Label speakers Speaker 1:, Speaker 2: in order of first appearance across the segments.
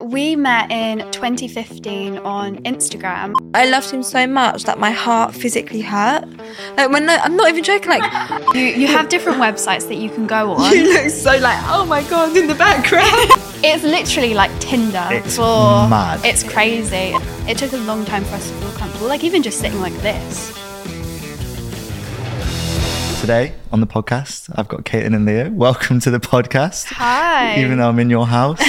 Speaker 1: We met in 2015 on Instagram.
Speaker 2: I loved him so much that my heart physically hurt. Like when I, I'm not even joking. Like
Speaker 1: You, you have different websites that you can go on.
Speaker 2: you look so like oh my god in the background.
Speaker 1: It's literally like Tinder.
Speaker 3: It's
Speaker 1: or
Speaker 3: mad.
Speaker 1: It's crazy. It took a long time for us to feel comfortable, like even just sitting like this.
Speaker 3: Today on the podcast, I've got Caitlin and Leo. Welcome to the podcast.
Speaker 1: Hi.
Speaker 3: Even though I'm in your house,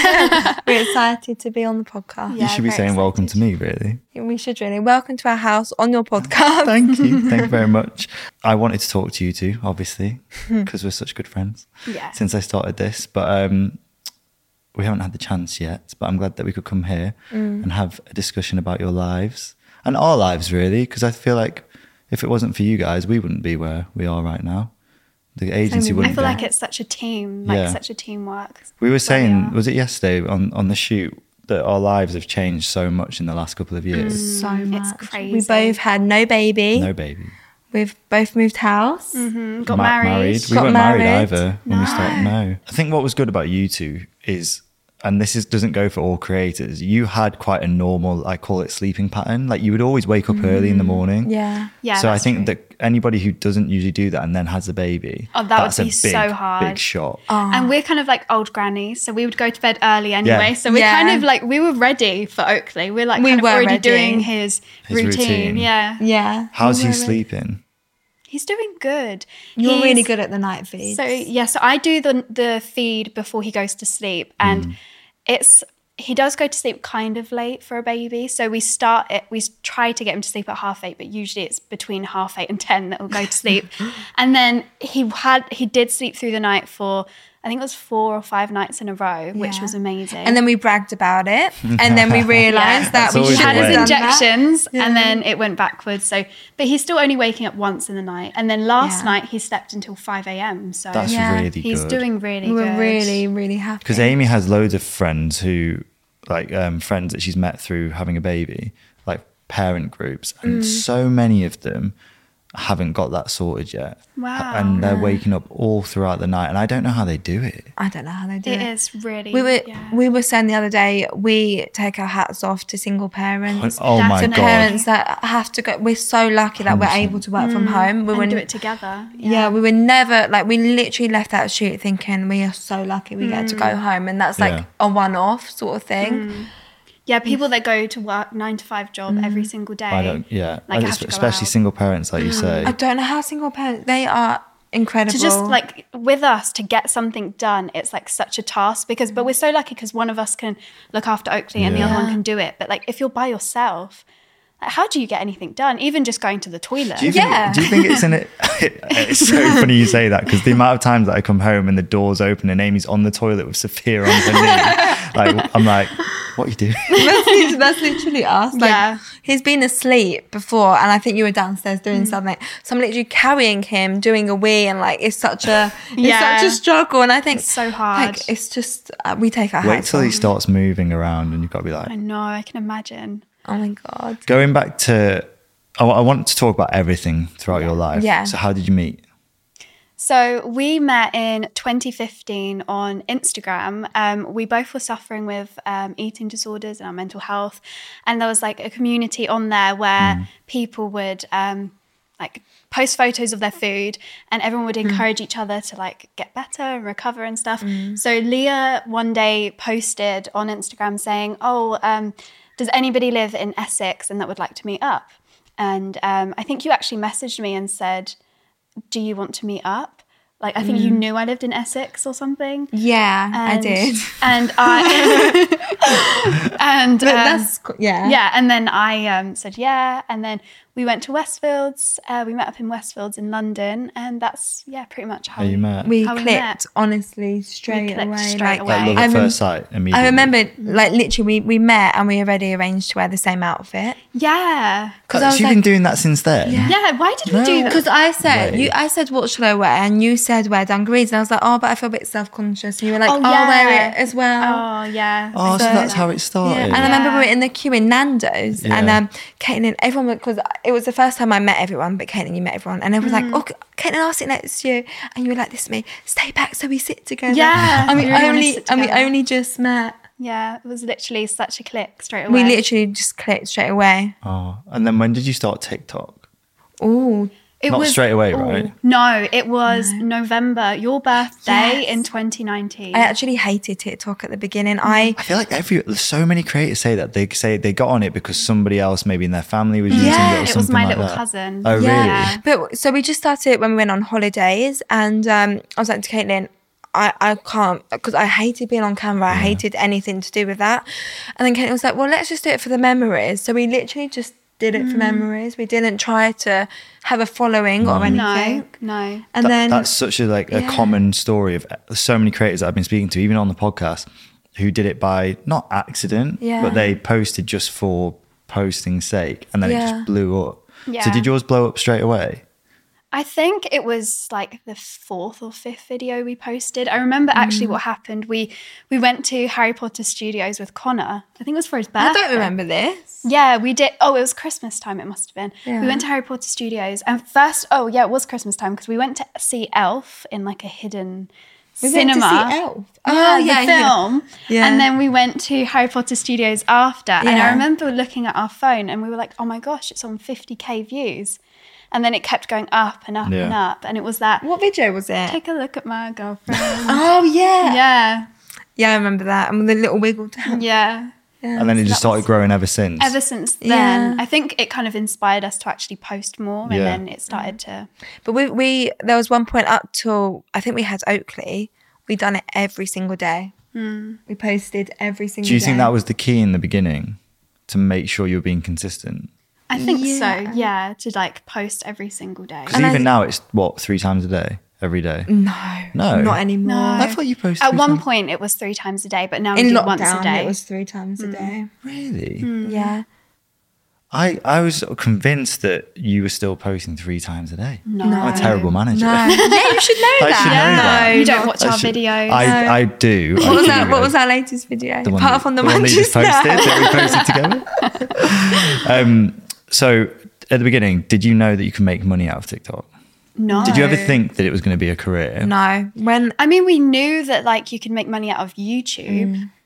Speaker 2: We're excited to be on the podcast.
Speaker 3: you should be saying welcome to me, really.
Speaker 2: We should really welcome to our house on your podcast.
Speaker 3: Thank you. Thank you very much. I wanted to talk to you two, obviously, because we're such good friends
Speaker 1: Hmm. Yeah.
Speaker 3: since I started this. But um, we haven't had the chance yet. But I'm glad that we could come here
Speaker 1: Mm.
Speaker 3: and have a discussion about your lives and our lives, really, because I feel like if it wasn't for you guys, we wouldn't be where we are right now. The agency
Speaker 2: with
Speaker 3: wouldn't
Speaker 1: I
Speaker 3: be.
Speaker 1: feel like it's such a team, like
Speaker 3: Yeah.
Speaker 1: such a teamwork.
Speaker 3: We were
Speaker 1: yeah.
Speaker 3: saying, was it yesterday on, on the shoot that our lives have changed so much in the last couple of years?
Speaker 2: So
Speaker 1: It's
Speaker 2: much.
Speaker 1: crazy.
Speaker 2: We both had no baby.
Speaker 3: No baby.
Speaker 2: We've both moved house.
Speaker 1: Mm, got
Speaker 3: Ma-
Speaker 1: married.
Speaker 3: We
Speaker 2: Got
Speaker 3: weren't married,
Speaker 2: married.
Speaker 3: either when we started. No. I think what was good about you two is, and this is doesn't go for all creators. You had quite a normal, I call it sleeping pattern. Like you would always wake up early in the morning.
Speaker 2: Yeah.
Speaker 1: Mm. Yeah.
Speaker 3: so I
Speaker 1: that's
Speaker 3: think
Speaker 1: true.
Speaker 3: that anybody who doesn't usually do that and then has a baby,
Speaker 1: Oh, that would
Speaker 3: that's
Speaker 1: be
Speaker 3: a
Speaker 1: so
Speaker 3: big,
Speaker 1: hard. Oh,
Speaker 3: Big shot.
Speaker 1: And we're kind of like old grannies, so we would go to bed early anyway.
Speaker 3: Yeah.
Speaker 1: So we're
Speaker 2: Yeah.
Speaker 1: kind of like we were ready for Oakley. We're like
Speaker 2: We
Speaker 1: kind of
Speaker 2: were
Speaker 1: already
Speaker 2: ready.
Speaker 1: doing his,
Speaker 3: His
Speaker 1: routine.
Speaker 3: routine.
Speaker 1: Yeah,
Speaker 2: Yeah.
Speaker 3: How's
Speaker 2: You
Speaker 3: he
Speaker 2: were-
Speaker 3: sleeping?
Speaker 1: he's doing good.
Speaker 2: You're
Speaker 1: He's-
Speaker 2: really good at the night feeds.
Speaker 1: So yeah, so I do the the feed before he goes to sleep, and
Speaker 2: Mm.
Speaker 1: it's he does go to sleep kind of late for a baby. So we start it. We s- try to get him to sleep at half eight, but usually it's between half eight and ten that will go to sleep. and then he had he did sleep through the night for I think it was four or five nights in a row, which
Speaker 2: Yeah.
Speaker 1: was amazing.
Speaker 2: and then we bragged about it, and then we realised that
Speaker 3: That's
Speaker 2: we
Speaker 3: always
Speaker 2: should
Speaker 1: he had
Speaker 2: have
Speaker 3: the
Speaker 1: his
Speaker 2: done
Speaker 3: way.
Speaker 2: that.
Speaker 1: injections and then it went backwards. So, but he's still only waking up once in the night. And then last
Speaker 2: Yeah.
Speaker 1: night he slept until 5 a.m. So
Speaker 3: That's
Speaker 2: Yeah.
Speaker 3: really
Speaker 1: he's
Speaker 3: good.
Speaker 1: doing really
Speaker 2: We were
Speaker 1: good.
Speaker 2: really, really happy.
Speaker 3: Because Amy has loads of friends who, like, um, friends that she's met through having a baby, like parent groups, and
Speaker 1: Mm.
Speaker 3: so many of them haven't got that sorted yet.
Speaker 1: Wow.
Speaker 3: And they're waking up all throughout the night, and I don't know how they do it.
Speaker 2: I don't know how they do
Speaker 1: It
Speaker 2: it.
Speaker 1: is really.
Speaker 2: We were
Speaker 1: yeah.
Speaker 2: we were saying the other day we take our hats off to single parents.
Speaker 3: Oh
Speaker 1: That's
Speaker 3: my
Speaker 1: an
Speaker 2: and
Speaker 3: god!
Speaker 2: parents that have to go. We're so lucky that we're
Speaker 3: 100%.
Speaker 2: able to work from home. We
Speaker 1: Mm. and
Speaker 2: were
Speaker 1: do it together.
Speaker 2: yeah. we were never like we literally left that shoot thinking we are so lucky we get to
Speaker 1: Mm.
Speaker 2: go home, and that's like
Speaker 3: Yeah.
Speaker 2: a one-off sort of thing.
Speaker 1: Yeah, people that go to work nine to five job
Speaker 2: Mm.
Speaker 1: every single day.
Speaker 3: I don't. Yeah,
Speaker 1: Like,
Speaker 3: And
Speaker 1: have
Speaker 3: it's-
Speaker 1: to go
Speaker 3: especially
Speaker 1: out. Mm.
Speaker 3: single parents, like you say.
Speaker 2: I don't know how single parents they are incredible.
Speaker 1: to just like with us to get something done it's like such a task because but we're so lucky because one of us can look after oakley and the other
Speaker 3: Yeah.
Speaker 1: one can do it but like if you're by yourself like, how do you get anything done even just going to the toilet
Speaker 3: Do you think,
Speaker 2: Yeah.
Speaker 3: do you think it's in it? It's so funny you say that because the amount of times that I come home and the door's open and Amy's on the toilet with Sophia on her knee, like I'm like, what are you doing?
Speaker 2: that's, lit- that's literally us. Like,
Speaker 1: Yeah.
Speaker 2: He's been asleep before, and I think you were downstairs doing
Speaker 1: Mm.
Speaker 2: something. So I'm literally carrying him, doing a wee, and like it's such a it's
Speaker 1: Yeah.
Speaker 2: such a struggle. And I think
Speaker 1: It's so hard.
Speaker 2: Like, it's just uh, we take our
Speaker 3: Wait
Speaker 2: hats
Speaker 3: till he
Speaker 2: off.
Speaker 3: starts moving around and you've got to be like,
Speaker 1: i know i can imagine
Speaker 2: Oh my god.
Speaker 3: going back to, I, wa- I want to talk about everything throughout your life.
Speaker 2: Yeah.
Speaker 3: So how did you meet?
Speaker 1: So we met in 2015 on Instagram. Um, we both were suffering with um, eating disorders and our mental health, and there was like a community on there where people would um, like post photos of their food, and everyone would encourage each other to like get better and recover and stuff. So Leah one day posted on Instagram saying, "Oh, um, does anybody live in Essex and that would like to meet up?" And um, I think you actually messaged me and said do you want to meet up? Like, I think you knew I lived in Essex or something.
Speaker 2: Yeah, Mm. I
Speaker 1: And-
Speaker 2: did.
Speaker 1: And I, and um,
Speaker 2: But that's co- yeah.
Speaker 1: yeah, and then I um, said yeah, and then we went to Westfields. Uh, we met up in Westfields in London, and that's yeah, pretty much how
Speaker 3: How you met?
Speaker 2: We
Speaker 1: How we met.
Speaker 2: clicked honestly straight
Speaker 1: clicked
Speaker 2: away.
Speaker 1: straight
Speaker 2: like,
Speaker 1: away.
Speaker 3: like love
Speaker 2: I
Speaker 3: at
Speaker 2: rem-
Speaker 3: first sight immediately.
Speaker 2: I remember like literally we, we met and we already arranged to wear the same outfit.
Speaker 1: Yeah,
Speaker 3: But
Speaker 2: 'cause I was
Speaker 3: you've been
Speaker 2: like-
Speaker 3: doing that since then.
Speaker 1: yeah. Why did we do that?
Speaker 2: Because I said
Speaker 3: Right.
Speaker 2: you, I said what should I wear, and you said wear dungarees, and I was like, oh, but I feel a bit self conscious. And you were like,
Speaker 1: Oh,
Speaker 2: oh, I'll wear
Speaker 1: yeah.
Speaker 2: it as well.
Speaker 1: Oh yeah.
Speaker 3: Oh, so
Speaker 2: So-
Speaker 3: that's how it started.
Speaker 2: Yeah. And I remember we were in the queue in Nando's, and
Speaker 3: Yeah.
Speaker 2: um, Caitlin, everyone because it was the first time I met everyone, but Caitlin, you met everyone, and everyone
Speaker 1: Mm.
Speaker 2: was like, oh, Caitlin, I'll sit next to you, and you were like, this is me, stay back so we sit together.
Speaker 1: Yeah.
Speaker 2: and we
Speaker 1: We really wanna
Speaker 2: only
Speaker 1: sit
Speaker 2: and we
Speaker 1: together.
Speaker 2: only just met.
Speaker 1: Yeah, it was literally such a click straight away.
Speaker 2: We literally just clicked straight away.
Speaker 3: Oh, and then when did you start TikTok?
Speaker 2: Ooh,
Speaker 1: it
Speaker 3: Not straight away, right?
Speaker 1: No, it was November, your birthday in 2019.
Speaker 2: I actually hated TikTok at the beginning. I
Speaker 1: Mm.
Speaker 3: I feel like every so many creators say that they say they got on it because somebody else, maybe in their family, was using
Speaker 2: Yeah,
Speaker 3: it or
Speaker 1: it
Speaker 3: something
Speaker 1: was my
Speaker 3: like
Speaker 1: little
Speaker 3: that.
Speaker 1: cousin.
Speaker 3: Oh, really?
Speaker 1: Yeah.
Speaker 2: But so we just started it when we went on holidays, and um, I was like to Caitlin, I, I can't because I hated being on camera. I hated anything to do with that. And then Caitlin was like, well, let's just do it for the memories. So we literally just did it for
Speaker 1: Mm.
Speaker 2: memories. We didn't try to have a following or anything.
Speaker 1: No, no.
Speaker 2: And
Speaker 3: That-
Speaker 2: then
Speaker 3: that's such a like a
Speaker 2: Yeah.
Speaker 3: common story of uh, so many creators that I've been speaking to, even on the podcast, who did it by not accident,
Speaker 2: Yeah.
Speaker 3: but they posted just for posting's sake, and then it
Speaker 2: Yeah.
Speaker 3: just blew up. So
Speaker 1: Yeah.
Speaker 3: did yours blow up straight away?
Speaker 1: I think it was like the fourth or fifth video we posted. I remember
Speaker 3: Mm.
Speaker 1: actually what happened. We we went to Harry Potter Studios with Connor. I think it was for his birthday.
Speaker 2: I don't remember this.
Speaker 1: Yeah, we did. Oh, it was Christmas time. It must have been. We went to Harry Potter Studios, and first, oh yeah, it was Christmas time because we went to see Elf in like a hidden cinema.
Speaker 2: Oh yeah,
Speaker 1: the film.
Speaker 2: Yeah.
Speaker 1: And then we went to Harry Potter Studios after. And I
Speaker 2: Yeah.
Speaker 1: remember looking at our phone and we were like, oh my gosh, it's on 50K views. And then it kept going up and up and
Speaker 3: Yeah.
Speaker 1: up. And it was that,
Speaker 2: What video was it?
Speaker 1: take a look at my girlfriend.
Speaker 2: oh yeah. yeah,
Speaker 1: yeah.
Speaker 2: I remember that. And with the little wiggle down.
Speaker 1: Yeah.
Speaker 3: And then it just
Speaker 1: that was-
Speaker 3: started growing ever since.
Speaker 1: Ever since then,
Speaker 2: Yeah.
Speaker 1: I think it kind of inspired us to actually post more. And
Speaker 3: Yeah.
Speaker 1: then it started to,
Speaker 2: But we, we there was one point up till I think we had Oakley. We done it every single day.
Speaker 1: Hmm.
Speaker 2: We posted every single.
Speaker 3: Do you
Speaker 2: day.
Speaker 3: think that was the key in the beginning to make sure you're being consistent?
Speaker 1: I think
Speaker 2: Yeah.
Speaker 1: so. Yeah. To like post every single day.
Speaker 3: Because
Speaker 2: And I-
Speaker 3: even now it's what three times a day, every day.
Speaker 2: no,
Speaker 3: No.
Speaker 2: not anymore.
Speaker 1: No.
Speaker 3: I thought you posted
Speaker 1: At
Speaker 3: three
Speaker 1: one
Speaker 3: times-
Speaker 1: point, it was three times a day, but now
Speaker 2: In
Speaker 1: we do
Speaker 2: lockdown,
Speaker 1: once a day. Hmm.
Speaker 2: it was three times a day.
Speaker 3: Really?
Speaker 2: Yeah,
Speaker 3: I, I was convinced that you were still posting three times a day.
Speaker 1: no.
Speaker 3: I'm a terrible manager.
Speaker 2: no, yeah, you should know
Speaker 3: I
Speaker 2: that.
Speaker 3: should know
Speaker 1: Yeah.
Speaker 3: that.
Speaker 1: You don't
Speaker 2: No.
Speaker 1: watch our
Speaker 3: I should-
Speaker 1: videos.
Speaker 3: I, I do. I
Speaker 2: What was
Speaker 3: do.
Speaker 2: that? What was our latest video?
Speaker 3: The one
Speaker 2: Apart
Speaker 3: that-
Speaker 2: from the,
Speaker 3: one that you just
Speaker 2: Manchester.
Speaker 3: posted, that we posted together. um, so at the beginning, did you know that you can make money out of TikTok?
Speaker 1: no.
Speaker 3: Did you ever think that it was going to be a career?
Speaker 2: No, when
Speaker 1: I mean, we knew that like you could make money out of YouTube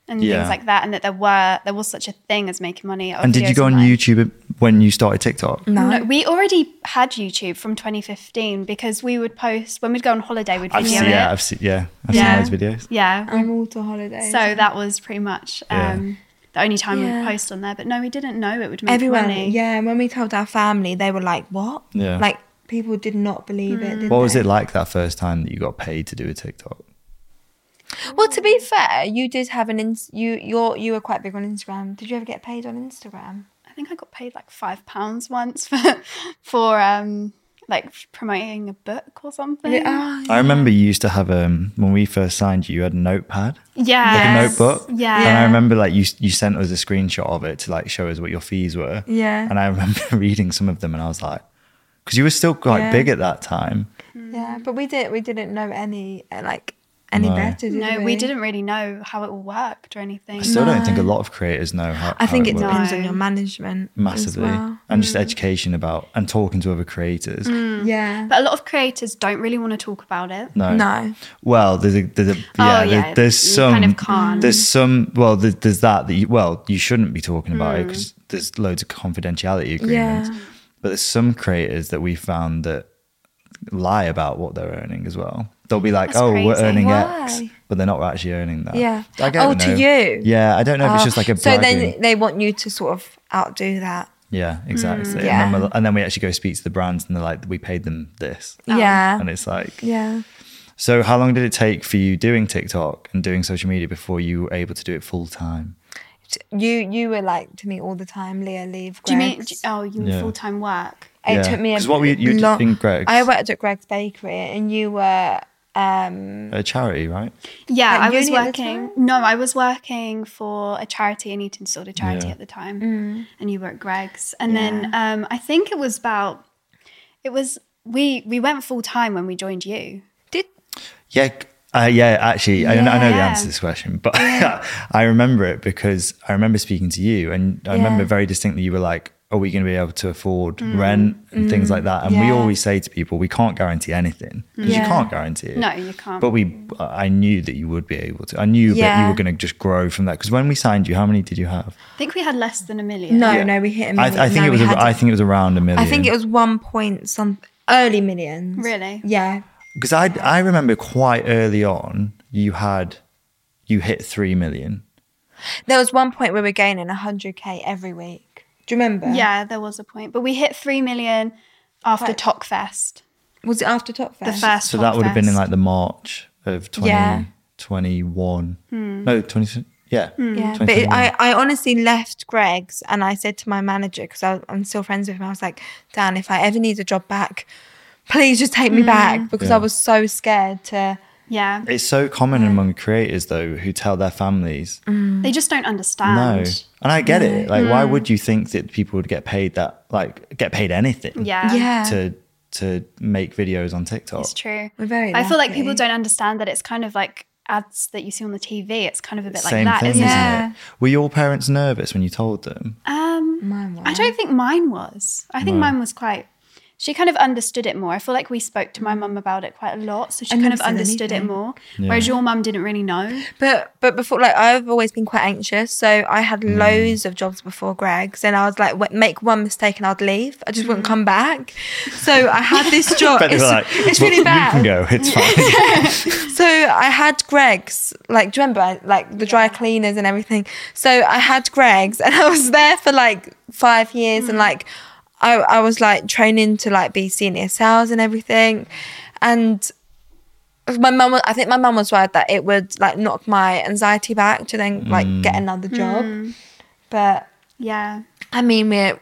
Speaker 1: and
Speaker 3: Mm. Yeah.
Speaker 1: things like that, and that there were there was such a thing as making money. Out of
Speaker 3: And did you
Speaker 1: videos
Speaker 3: go on
Speaker 1: online.
Speaker 3: YouTube when you started TikTok?
Speaker 2: no,
Speaker 1: No, we already had YouTube from 2015 because we would post when we'd go on holiday. We'd
Speaker 3: I've
Speaker 1: video
Speaker 3: seen, yeah,
Speaker 1: it.
Speaker 3: I've seen, yeah, I've
Speaker 1: Yeah.
Speaker 3: seen those videos.
Speaker 1: Yeah.
Speaker 2: I'm all to holidays.
Speaker 1: Um, So that was pretty much
Speaker 3: Yeah.
Speaker 1: um, the only time we
Speaker 2: Yeah.
Speaker 1: would post on there. But no, we didn't know it would make
Speaker 2: everyone,
Speaker 1: money.
Speaker 2: yeah. and When we told our family, they were like, "What?"
Speaker 3: Yeah.
Speaker 2: like people did not believe
Speaker 1: Hmm.
Speaker 2: it. Did
Speaker 3: What was
Speaker 2: they?
Speaker 3: it like that first time that you got paid to do a TikTok?
Speaker 1: Oh,
Speaker 2: Well, to
Speaker 1: Um,
Speaker 2: be fair, you did have an ins- you you you were quite big on Instagram. Did you ever get paid on Instagram?
Speaker 1: I think I got paid like five pounds once for for um, like promoting a book or something.
Speaker 3: I remember you used to have um when we first signed you, you had a notepad,
Speaker 1: Yeah.
Speaker 3: like
Speaker 2: Yes.
Speaker 3: a notebook.
Speaker 1: Yeah.
Speaker 3: And I
Speaker 2: Yeah.
Speaker 3: remember like you you sent us a screenshot of it to like show us what your fees were.
Speaker 2: Yeah.
Speaker 3: And I remember reading some of them, and I was like, because you were still quite
Speaker 2: Yeah.
Speaker 3: big at that time.
Speaker 2: Yeah,
Speaker 1: Mm.
Speaker 2: but we did we didn't know any uh, like any
Speaker 3: No.
Speaker 2: better. Did
Speaker 1: No,
Speaker 2: we?
Speaker 1: we didn't really know how it all worked or anything.
Speaker 3: I still don't think a lot of creators know how.
Speaker 2: I think
Speaker 3: how
Speaker 2: it,
Speaker 3: it, works.
Speaker 2: depends
Speaker 1: No.
Speaker 2: on your management as
Speaker 3: massively,
Speaker 2: well. Mm.
Speaker 3: and just education about and talking to other creators.
Speaker 1: Mm.
Speaker 2: Yeah.
Speaker 1: But a lot of creators don't really want to talk about it.
Speaker 3: No.
Speaker 2: no.
Speaker 3: Well, there's a there's a
Speaker 2: Oh,
Speaker 3: yeah,
Speaker 1: yeah,
Speaker 3: There's, there's
Speaker 1: you
Speaker 3: some
Speaker 1: kind of can't.
Speaker 3: there's some well there's, there's that that you well you shouldn't be talking about it 'cause it because there's loads of confidentiality agreements.
Speaker 2: Hmm. Yeah.
Speaker 3: But there's some creators that we found that lie about what they're earning as well. They'll be like,
Speaker 1: That's
Speaker 3: "Oh, we're
Speaker 1: crazy.
Speaker 3: earning X,"
Speaker 2: Why?
Speaker 3: but they're not actually earning that.
Speaker 2: Yeah.
Speaker 3: I
Speaker 2: Oh,
Speaker 3: don't
Speaker 2: to
Speaker 3: know.
Speaker 2: you. Oh,
Speaker 3: Yeah, I don't know if it's just like a
Speaker 2: so
Speaker 3: bragging.
Speaker 2: then they want you to sort of outdo that.
Speaker 3: yeah, exactly.
Speaker 2: Hmm, yeah.
Speaker 3: And, then we'll- and then we actually go speak to the brands and they're like, "We paid them this,"
Speaker 1: Oh.
Speaker 2: Yeah.
Speaker 3: and it's like,
Speaker 2: Yeah.
Speaker 3: So, how long did it take for you doing TikTok and doing social media before you were able to do it full time?
Speaker 2: You you were like to me all the time, Leah. Leave.
Speaker 1: Do you mean?
Speaker 2: Greg's."
Speaker 1: do- Oh, you
Speaker 3: Yeah.
Speaker 1: full time work.
Speaker 2: It
Speaker 3: Yeah.
Speaker 2: took me a
Speaker 3: 'Cause what were you- you did in Greg's?
Speaker 2: I worked at Greg's Bakery, and you were um,
Speaker 3: A charity, right?
Speaker 1: Yeah,
Speaker 2: At
Speaker 1: I was
Speaker 2: uni at the
Speaker 1: working. No, I was working for a charity, an eating disorder charity
Speaker 3: Yeah.
Speaker 1: at the time,
Speaker 2: Mm.
Speaker 1: and you were at Greg's. And then um, I think it was about. It was we we went full time when we joined you.
Speaker 2: did
Speaker 3: Yeah, uh, yeah. Actually, I, know, I know the
Speaker 1: Yeah.
Speaker 3: answer to this question, but I remember it because I remember speaking to you, and
Speaker 2: Yeah.
Speaker 3: I
Speaker 2: Mm.
Speaker 3: remember very distinctly you were like, are we going to be able to afford rent and things like that? And we
Speaker 2: Yeah.
Speaker 3: always say to people, we can't guarantee anything because you
Speaker 2: Yeah.
Speaker 3: can't guarantee it.
Speaker 1: No, you can't.
Speaker 3: But we, I knew that you would be able to. I knew that you
Speaker 2: Yeah.
Speaker 3: were going to just grow from that. Because when we signed you, how many did you have?
Speaker 1: I think we had less than a million.
Speaker 2: No,
Speaker 3: Yeah.
Speaker 2: no, we hit a
Speaker 3: I,
Speaker 2: million.
Speaker 3: th- I think
Speaker 2: No,
Speaker 3: it was.
Speaker 2: we
Speaker 3: A,
Speaker 2: had-
Speaker 3: I think it was around a million.
Speaker 2: I think it was one point some early millions.
Speaker 1: Really?
Speaker 2: Yeah.
Speaker 3: because I I remember quite early on you had you hit three million.
Speaker 2: There was one point where we were gaining 100k every week. Do you remember?
Speaker 1: Yeah, there was a point. But we hit 3 million after
Speaker 2: Right.
Speaker 1: Tokfest,
Speaker 2: Was it after Top
Speaker 1: the first
Speaker 3: So that would have been in
Speaker 1: Tokfest.
Speaker 3: like the March of
Speaker 2: Yeah.
Speaker 3: 2021.
Speaker 1: Hmm.
Speaker 3: No, 20. Yeah.
Speaker 2: Yeah, but it,
Speaker 3: 2021.
Speaker 2: I, I honestly left Greg's and I said to my manager because I'm still friends with him. I was like, Dan, if I ever need a job back, please just
Speaker 1: Mm.
Speaker 2: take me back because
Speaker 3: Yeah.
Speaker 2: I was so scared to.
Speaker 1: Yeah. Mm-hmm.
Speaker 3: It's so common among creators though who tell their families
Speaker 1: They just don't
Speaker 3: no,
Speaker 1: understand.
Speaker 3: and I get it. Like,
Speaker 1: Hmm.
Speaker 3: why would you think that people would get paid that? Like, get paid anything?
Speaker 1: Yeah.
Speaker 2: Yeah.
Speaker 3: To to make videos on TikTok.
Speaker 1: It's true.
Speaker 2: We're very
Speaker 1: I feel like
Speaker 2: lucky.
Speaker 1: people don't understand that it's kind of like ads that you see on the TV. It's kind of a bit
Speaker 3: Same
Speaker 1: like that,
Speaker 3: thing,
Speaker 1: isn't
Speaker 3: isn't
Speaker 1: it?
Speaker 2: Yeah.
Speaker 3: it? Were your parents nervous when you told them?
Speaker 1: Um,
Speaker 2: Mine
Speaker 1: I don't think mine was. I think mine was quite. She kind of understood it more. I feel like we spoke to my mum about it quite a lot, so she
Speaker 2: I
Speaker 1: kind
Speaker 2: never
Speaker 1: of
Speaker 2: said
Speaker 1: understood
Speaker 2: anything.
Speaker 1: it more. Whereas your mum didn't really know.
Speaker 2: But but before, like I've always been quite anxious, so I had
Speaker 3: Hmm.
Speaker 2: loads of jobs before Greg's, and I was like, w- make one mistake and I'd leave. I just wouldn't come back. So I had this job.
Speaker 3: Hmm. But they
Speaker 2: it's,
Speaker 3: were like,
Speaker 2: it's
Speaker 3: "Well,
Speaker 2: really bad.
Speaker 3: You can go. It's fine.
Speaker 2: So I had Greg's, like, do you remember, like the dry cleaners and everything? So I had Greg's, and I was there for like five years, and like, I, I was like training to like be senior sales and everything, and my mum, was- I think my mum was worried that it would like knock my anxiety back to then like get another job, but
Speaker 1: Yeah,
Speaker 2: I mean, we're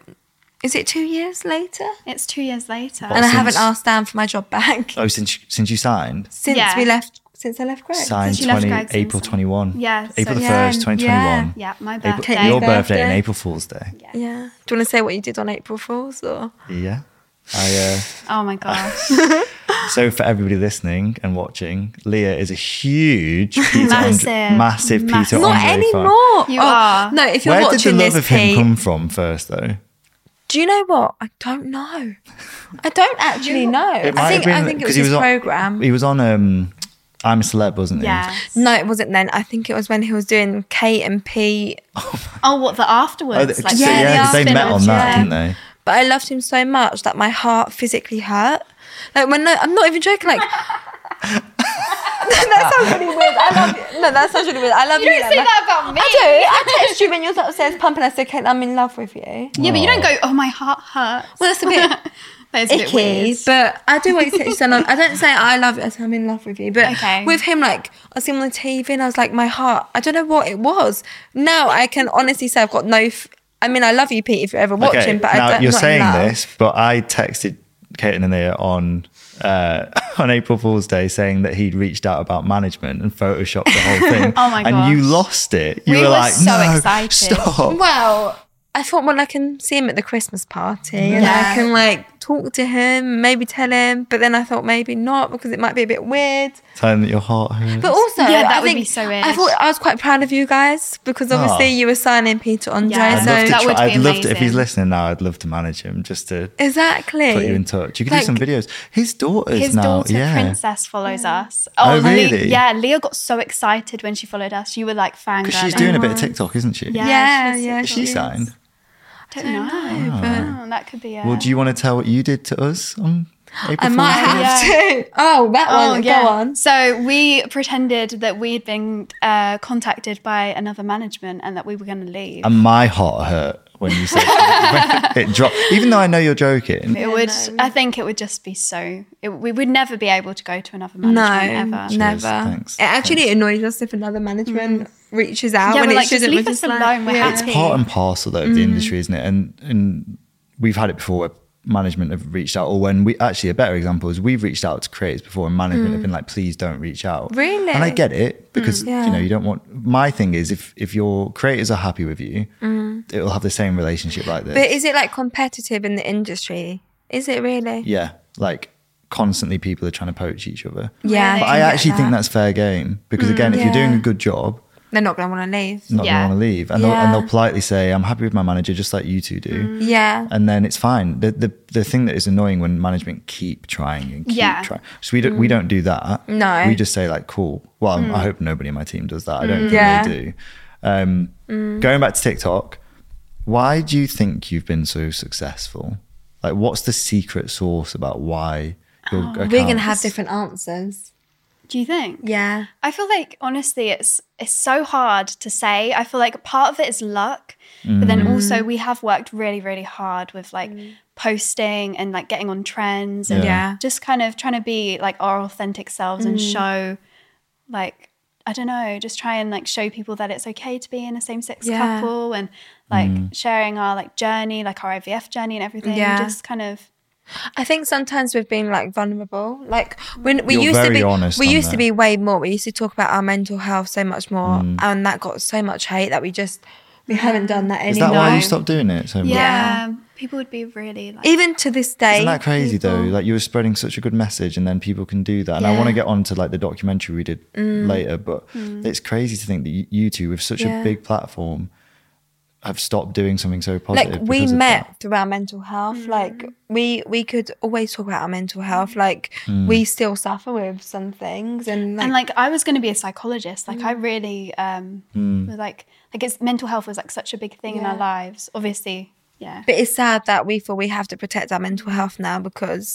Speaker 2: is it two years later,
Speaker 1: it's two years later.
Speaker 2: and I
Speaker 3: Since-
Speaker 2: haven't asked Dan for my job back
Speaker 3: oh, since since you signed,
Speaker 2: since
Speaker 1: Yeah.
Speaker 2: we left, since I left Greg's.
Speaker 3: signed
Speaker 1: you left
Speaker 3: twenty
Speaker 1: Greg's
Speaker 3: April
Speaker 1: and signed.
Speaker 3: twenty one.
Speaker 1: Yeah, so-
Speaker 3: April the
Speaker 2: Yeah,
Speaker 3: first, twenty twenty one.
Speaker 1: yeah, my birthday.
Speaker 3: April, your
Speaker 2: Birthday.
Speaker 3: birthday and April Fool's Day. Yeah.
Speaker 2: Yeah. Do you want to say what you did on April Fools or?
Speaker 3: I,
Speaker 1: Oh my gosh,
Speaker 3: uh, so for everybody listening and watching, Leah is a huge Peter
Speaker 1: Massive.
Speaker 3: Andre, massive Peter
Speaker 1: Massive.
Speaker 3: Andre
Speaker 2: Not
Speaker 3: fan.
Speaker 2: anymore.
Speaker 1: You are.
Speaker 2: Oh, No, if you're
Speaker 3: Where did the
Speaker 2: watching
Speaker 3: love
Speaker 2: this,
Speaker 3: of him
Speaker 2: Pete,
Speaker 3: come from first, though?
Speaker 2: do you know what? I don't know. I don't actually know. I think I think it was his program.
Speaker 3: He was on. Um, I'm a celeb, wasn't he?
Speaker 1: yeah.
Speaker 2: no, it wasn't then. I think it was when he was doing Kate and Pete.
Speaker 1: Oh, what the
Speaker 3: Oh,
Speaker 1: afterwards?
Speaker 3: th- so,
Speaker 2: yeah,
Speaker 3: yeah,
Speaker 2: the
Speaker 3: 'cause they met on
Speaker 1: spin-offs,
Speaker 3: that,
Speaker 1: yeah.
Speaker 3: didn't they?
Speaker 2: But I loved him so much that my heart physically hurt. Like when I, I'm not even joking. Like that sounds really weird. I love you. No, that sounds really weird. I love you.
Speaker 1: You don't
Speaker 2: like,
Speaker 1: say
Speaker 2: my-
Speaker 1: that about me.
Speaker 2: I do. I text you when you're upstairs pumping. I said, Kate, I'm in love with you.
Speaker 1: Yeah, but you don't go. Oh, my heart hurts.
Speaker 2: Well, that's a bit
Speaker 1: That is a bit
Speaker 2: icky,
Speaker 1: weird.
Speaker 2: but I do always text someone. I don't say I love you, I say I'm in love with you. But
Speaker 1: Okay.
Speaker 2: with him, like I see him on the TV, and I was like, my heart. I don't know what it was. Now I can honestly say I've got no. F- I mean, I love you, Pete, if you're ever watching. but
Speaker 3: now
Speaker 2: I don't,
Speaker 3: you're
Speaker 2: not in
Speaker 3: saying
Speaker 2: love.
Speaker 3: this, but I texted Kate and Leah on uh, on April Fool's Day saying that he'd reached out about management and photoshopped the whole thing.
Speaker 1: Oh my
Speaker 3: And you
Speaker 1: gosh.
Speaker 3: lost it. You
Speaker 1: We
Speaker 3: were
Speaker 1: were
Speaker 3: like,
Speaker 1: so
Speaker 3: no,
Speaker 1: excited."
Speaker 3: stop.
Speaker 2: Well, I thought, well, I can see him at the Christmas party, and I
Speaker 1: Yeah.
Speaker 2: can like talk to him, maybe tell him. But then I thought maybe not because it might be a bit weird.
Speaker 3: Tell him that your heart hurts.
Speaker 2: But also,
Speaker 1: Yeah, that
Speaker 2: I
Speaker 1: would
Speaker 2: think
Speaker 1: be so weird.
Speaker 2: I thought I was quite proud of you guys because obviously
Speaker 3: Aw.
Speaker 2: you were signing Peter Andre.
Speaker 1: Yeah.
Speaker 3: I'd
Speaker 1: so
Speaker 3: love to
Speaker 1: that
Speaker 3: try.
Speaker 1: would be
Speaker 3: I'd love to, if he's
Speaker 1: amazing.
Speaker 3: listening now, I'd love to manage him just to
Speaker 2: Exactly.
Speaker 3: put you in touch. You could do
Speaker 2: Like-
Speaker 3: some videos. His daughter's
Speaker 1: His
Speaker 3: now,
Speaker 1: daughter,
Speaker 3: yeah.
Speaker 1: Princess, follows us.
Speaker 3: Oh,
Speaker 1: Le-
Speaker 3: really?
Speaker 1: yeah, Leah got so excited when she followed us. You were like fangirling.
Speaker 3: Because she's doing a bit of TikTok, isn't she?
Speaker 1: Yeah.
Speaker 2: Yeah,
Speaker 1: she was
Speaker 2: yeah.
Speaker 1: sick.
Speaker 3: Is she
Speaker 2: is.
Speaker 3: signed?
Speaker 1: I don't know.
Speaker 2: But
Speaker 1: Oh, that could be a.
Speaker 3: Well, do you want to tell what you did to us on April
Speaker 2: I
Speaker 3: Fool's
Speaker 2: might
Speaker 3: Day?
Speaker 2: have to. Oh, that
Speaker 1: Oh,
Speaker 2: one.
Speaker 1: yeah.
Speaker 2: Go on.
Speaker 1: So we pretended that we had been uh, contacted by another management and that we were going to leave.
Speaker 3: And my heart hurt when you said it dropped. Even though I know you're joking,
Speaker 1: it would. I think it would just be so. It, we would never be able to go to another
Speaker 2: No,
Speaker 1: management ever. Mm.
Speaker 2: never.
Speaker 3: thanks,
Speaker 2: It actually annoys us if another management reaches out
Speaker 1: Yeah,
Speaker 2: when
Speaker 1: we're
Speaker 2: it
Speaker 1: like, just
Speaker 2: shouldn't.
Speaker 1: leave
Speaker 2: We're
Speaker 1: us alone. We're
Speaker 2: yeah.
Speaker 1: happy.
Speaker 3: it's part and parcel though of
Speaker 2: Mm.
Speaker 3: the industry, isn't it? And and we've had it before where management have reached out, or when we actually a better example is we've reached out to creators before, and management have been like, please don't reach out.
Speaker 2: Mm. Really? Mm,
Speaker 3: And I get it because you
Speaker 2: Yeah.
Speaker 3: know you don't want. My thing is if if your creators are happy with you, it will have the same relationship like this.
Speaker 2: Mm. But is it like competitive in the industry? Is it really?
Speaker 3: yeah, like constantly people are trying to poach each other.
Speaker 2: Yeah.
Speaker 1: Really?
Speaker 3: But
Speaker 2: can
Speaker 3: I
Speaker 2: get
Speaker 3: actually
Speaker 2: that.
Speaker 3: think that's fair game because again, if you're doing
Speaker 2: Yeah.
Speaker 3: a good job,
Speaker 2: They're not going to want to leave.
Speaker 3: not
Speaker 1: Yeah.
Speaker 3: gonna want to leave, and they'll and
Speaker 2: Yeah. Mm.
Speaker 3: they'll politely say, "I'm happy with my manager," just like you two do.
Speaker 2: Yeah.
Speaker 3: and then it's fine. The, the the thing that is annoying when management keep trying and keep
Speaker 1: Yeah.
Speaker 3: trying. So we don't we don't do that.
Speaker 2: Mm. No. Mm.
Speaker 3: we just say like, cool. Well, I hope nobody in my team does that. I don't think
Speaker 2: Yeah. Mm.
Speaker 3: they do. Um, Going back to TikTok, why do you think you've been so successful? Like, what's the secret sauce about why? Your account-
Speaker 2: We're going to have different answers.
Speaker 1: Do you think?
Speaker 2: Yeah.
Speaker 1: I feel like honestly, it's it's so hard to say. I feel like part of it is luck, but then also we have worked really, really hard with like posting and like getting on trends and
Speaker 2: Mm. Yeah. Mm.
Speaker 1: just kind of trying to be like our authentic selves and show, like I don't know, just try and like show people that it's okay to be in a same-sex
Speaker 2: Yeah.
Speaker 1: couple and like sharing our like journey, like our IVF journey and everything.
Speaker 2: Yeah.
Speaker 1: Just kind of
Speaker 2: I think sometimes we've been like vulnerable. Like when we
Speaker 3: You're
Speaker 2: used to
Speaker 3: very
Speaker 2: be,
Speaker 3: honest
Speaker 2: we
Speaker 3: on
Speaker 2: used to
Speaker 3: that.
Speaker 2: be way more. We used to talk about our mental health so much more,
Speaker 3: Mm.
Speaker 2: and that got so much hate that we just we haven't done that anymore.
Speaker 3: Is that why
Speaker 1: No.
Speaker 3: you stopped doing it so much?
Speaker 1: yeah, people would be really like
Speaker 2: Even to this day,
Speaker 3: Isn't that crazy
Speaker 2: people-
Speaker 3: though? Like you were spreading such a good message, and then people can do that. And I
Speaker 2: Yeah. Mm.
Speaker 3: want to get on to like the documentary we did later, but it's crazy to think that you, you two, with such
Speaker 2: Yeah.
Speaker 3: a big platform, have stopped doing something so positive.
Speaker 2: like we
Speaker 3: because of
Speaker 2: met
Speaker 3: that.
Speaker 2: through our mental health like we we could always talk about our mental health like
Speaker 3: Mm.
Speaker 2: we still suffer with some things and like, Mm.
Speaker 1: and like I was going to be a psychologist. Like I really um
Speaker 3: Mm.
Speaker 1: was like like it's mental health was like such a big thing in our
Speaker 2: Yeah.
Speaker 1: lives. Obviously, yeah.
Speaker 2: but it's sad that we feel we have to protect our mental health now because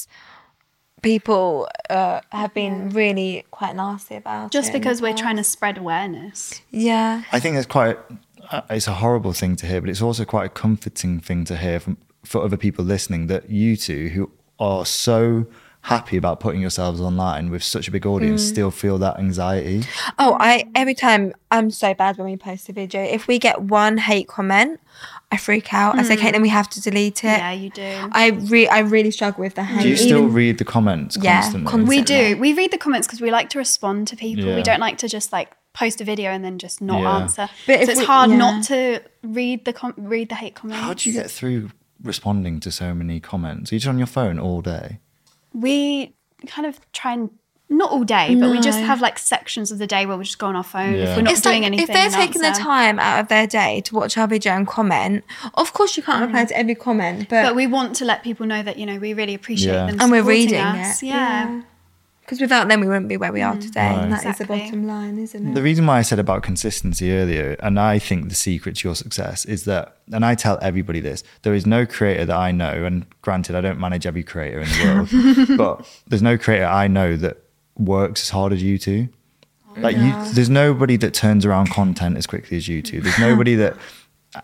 Speaker 2: people uh, have been really quite nasty about
Speaker 1: Just
Speaker 2: it in the
Speaker 1: because we're
Speaker 2: past.
Speaker 1: trying to spread awareness.
Speaker 2: yeah
Speaker 3: I think that's quite. uh, It's a horrible thing to hear, but it's also quite a comforting thing to hear from for other people listening that you two, who are so happy about putting yourselves online with such a big
Speaker 2: Mm.
Speaker 3: audience, still feel that anxiety.
Speaker 2: oh i every time i'm so bad when we post a video if we get one hate comment i freak out i say okay then we have to delete it
Speaker 1: Hmm. Yeah,
Speaker 3: Eh,
Speaker 1: you do.
Speaker 2: i re i really struggle with the hate
Speaker 3: Do you still
Speaker 2: even-
Speaker 3: read the comments
Speaker 2: Yeah,
Speaker 3: constantly?
Speaker 2: con-
Speaker 1: we
Speaker 2: Definitely.
Speaker 1: do. We read the comments because we like to respond to people. We
Speaker 3: Yeah.
Speaker 1: don't like to just like post a video and then just not
Speaker 3: Yeah.
Speaker 1: answer.
Speaker 2: But if
Speaker 1: so it's
Speaker 2: we-
Speaker 1: hard
Speaker 2: yeah.
Speaker 1: not to read the com- read the hate comments.
Speaker 3: How do you get through responding to so many comments? Are you just on your phone all day?
Speaker 1: we kind of try and not all day, but we just have like sections of the day where we just go on our phone if
Speaker 3: Yeah.
Speaker 1: we're not
Speaker 2: It's
Speaker 1: doing
Speaker 2: like,
Speaker 1: anything.
Speaker 2: If they're
Speaker 1: and
Speaker 2: taking
Speaker 1: answer.
Speaker 2: the time out of their day to watch our video and comment, of course you
Speaker 1: Hmm.
Speaker 2: can't reply to every comment,
Speaker 1: but
Speaker 2: but
Speaker 1: we want to let people know that you know we really appreciate
Speaker 3: Yeah.
Speaker 1: them
Speaker 2: and we're
Speaker 1: supporting
Speaker 2: reading
Speaker 1: us.
Speaker 2: it.
Speaker 1: Yeah. Mm.
Speaker 2: Because without them, we wouldn't be where we are today.
Speaker 3: No.
Speaker 2: and that is
Speaker 1: Exactly.
Speaker 2: the bottom line, isn't it?
Speaker 3: The reason why I said about consistency earlier, and I think the secret to your success is that, and I tell everybody this there is no creator that I know, and granted, I don't manage every creator in the world, but there's no creator I know that works as hard as you two. Like, you, there's nobody that turns around content as quickly as you two. There's nobody that,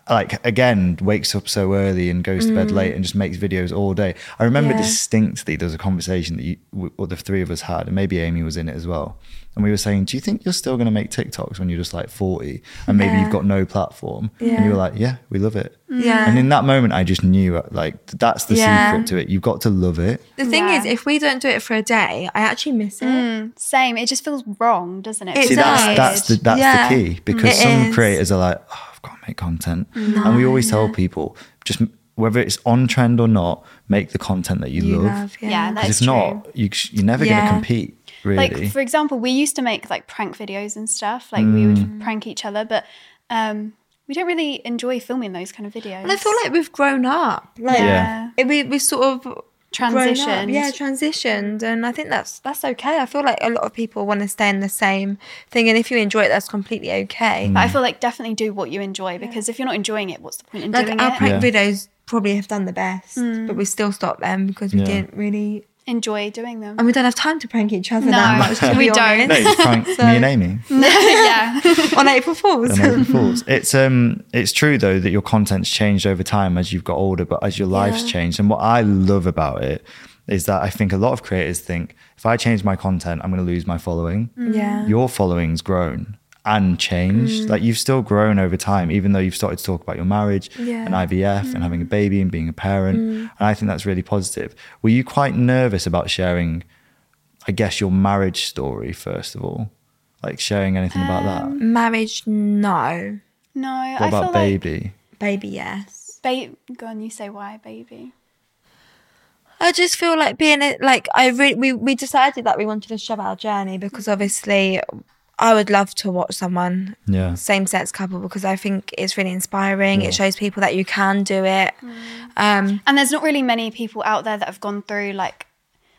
Speaker 3: like, again, wakes up so early and goes to bed late and just makes videos all day. I remember
Speaker 2: Yeah.
Speaker 3: distinctly there was a conversation that you, w- or the three of us had, and maybe Amy was in it as well. And we were saying, Do you think you're still going to make TikToks when you're just like 40 and maybe
Speaker 2: Yeah.
Speaker 3: you've got no platform? And
Speaker 2: Yeah.
Speaker 3: you were like, Yeah, we love it.
Speaker 2: Mm. Yeah.
Speaker 3: And in that moment, I just knew uh, like that's the
Speaker 2: Yeah.
Speaker 3: secret to it. You've got to love it.
Speaker 2: The thing
Speaker 1: Yeah. Mm.
Speaker 2: is, if we don't do it for a day, I actually miss it.
Speaker 1: Same. It just feels wrong, doesn't it?
Speaker 2: It
Speaker 3: See, that's
Speaker 2: does.
Speaker 3: that's the that's
Speaker 2: Yeah.
Speaker 3: the key because
Speaker 2: It
Speaker 3: some
Speaker 2: is.
Speaker 3: creators are like, oh, I've got to make content, and we always tell people just m- whether it's on trend or not, make the content that you,
Speaker 2: You
Speaker 3: love.
Speaker 2: love,
Speaker 1: Yeah,
Speaker 2: yeah.
Speaker 1: that-
Speaker 3: 'Cause
Speaker 1: That's
Speaker 3: if not, you sh- you're never
Speaker 2: Yeah.
Speaker 3: going to compete. Really,
Speaker 1: Like for example, we used to make like prank videos and stuff. Like we
Speaker 2: Mm.
Speaker 1: would prank each other, but um, we don't really enjoy filming those kind of videos.
Speaker 2: and I feel like we've grown up. Like
Speaker 3: Yeah.
Speaker 2: it- we we sort of grown up.
Speaker 1: Transitioned.
Speaker 2: Yeah, transitioned, and I think that's that's okay. I feel like a lot of people want to stay in the same thing, and if you enjoy it, that's completely okay.
Speaker 3: Mm.
Speaker 1: But I feel like definitely do what you enjoy because if you're not enjoying it, what's the point in
Speaker 2: like
Speaker 1: doing
Speaker 2: our
Speaker 1: it? Mm.
Speaker 2: prank
Speaker 3: Yeah.
Speaker 2: videos probably have done the best, but we still stopped them because we
Speaker 3: Yeah.
Speaker 2: didn't really,
Speaker 1: enjoy doing them.
Speaker 2: and we don't have time to prank each other
Speaker 1: No,
Speaker 2: that much. To
Speaker 1: we
Speaker 2: be
Speaker 1: don't.
Speaker 3: no,
Speaker 2: honest.
Speaker 3: you prank me and Amy.
Speaker 1: yeah.
Speaker 2: on April Fools.
Speaker 3: and April Fools. It's um, it's true though that your content's changed over time as you've got older, but as your life's changed. And what I love about it is that I think a lot of creators think if I change my content, I'm going to lose my following.
Speaker 2: yeah,
Speaker 3: Your following's grown and changed. Like you've still grown over time, even though you've started to talk about your marriage
Speaker 2: Yeah.
Speaker 3: and IVF and having a baby and being a parent. And I think that's really positive. Were you quite nervous about sharing? I guess your marriage story first of all, like sharing anything about
Speaker 2: Um,
Speaker 3: that.
Speaker 2: Mm. marriage, no,
Speaker 1: No,
Speaker 3: What
Speaker 1: I feel
Speaker 3: about baby?
Speaker 2: baby, yes.
Speaker 1: like babe. Go on, you say why, baby.
Speaker 2: I just feel like being a, like I re- we we decided that we wanted to share our journey because obviously I would love to watch someone
Speaker 3: Yeah.
Speaker 2: same sex couple because I think it's really inspiring.
Speaker 3: Yeah.
Speaker 2: It shows people that you can do it. Um,
Speaker 1: And there's not really many people out there that have gone through like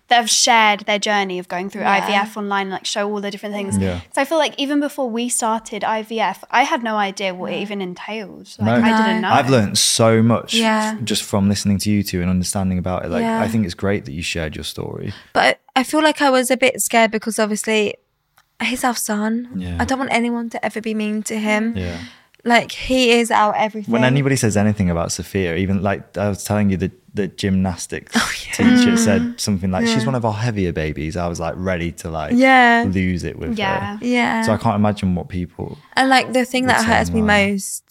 Speaker 1: that have shared their journey of going through
Speaker 2: Yeah.
Speaker 1: IVF online, and, like show all the different things.
Speaker 3: Yeah.
Speaker 1: So I feel like even before we started IVF, I had no idea what it even entailed. Like
Speaker 3: No.
Speaker 1: I didn't
Speaker 2: No.
Speaker 1: know.
Speaker 3: I've learned so much
Speaker 2: Yeah.
Speaker 3: f- just from listening to you two and understanding about it. Like,
Speaker 2: Yeah.
Speaker 3: I think it's great that you shared your story.
Speaker 2: but I feel like I was a bit scared because obviously he's our son.
Speaker 3: Yeah.
Speaker 2: I don't want anyone to ever be mean to him.
Speaker 3: Yeah.
Speaker 2: Like he is our everything.
Speaker 3: When anybody says anything about Sophia, even like I was telling you, the, the gymnastics
Speaker 2: Oh, Mm.
Speaker 3: teacher said something like, she's one of our heavier babies. I was like, ready to like
Speaker 2: Yeah.
Speaker 3: lose it with
Speaker 1: Yeah.
Speaker 3: her.
Speaker 2: yeah.
Speaker 3: So I can't imagine what people.
Speaker 2: And like the thing that
Speaker 3: Would
Speaker 2: hurts me
Speaker 3: someone-
Speaker 2: most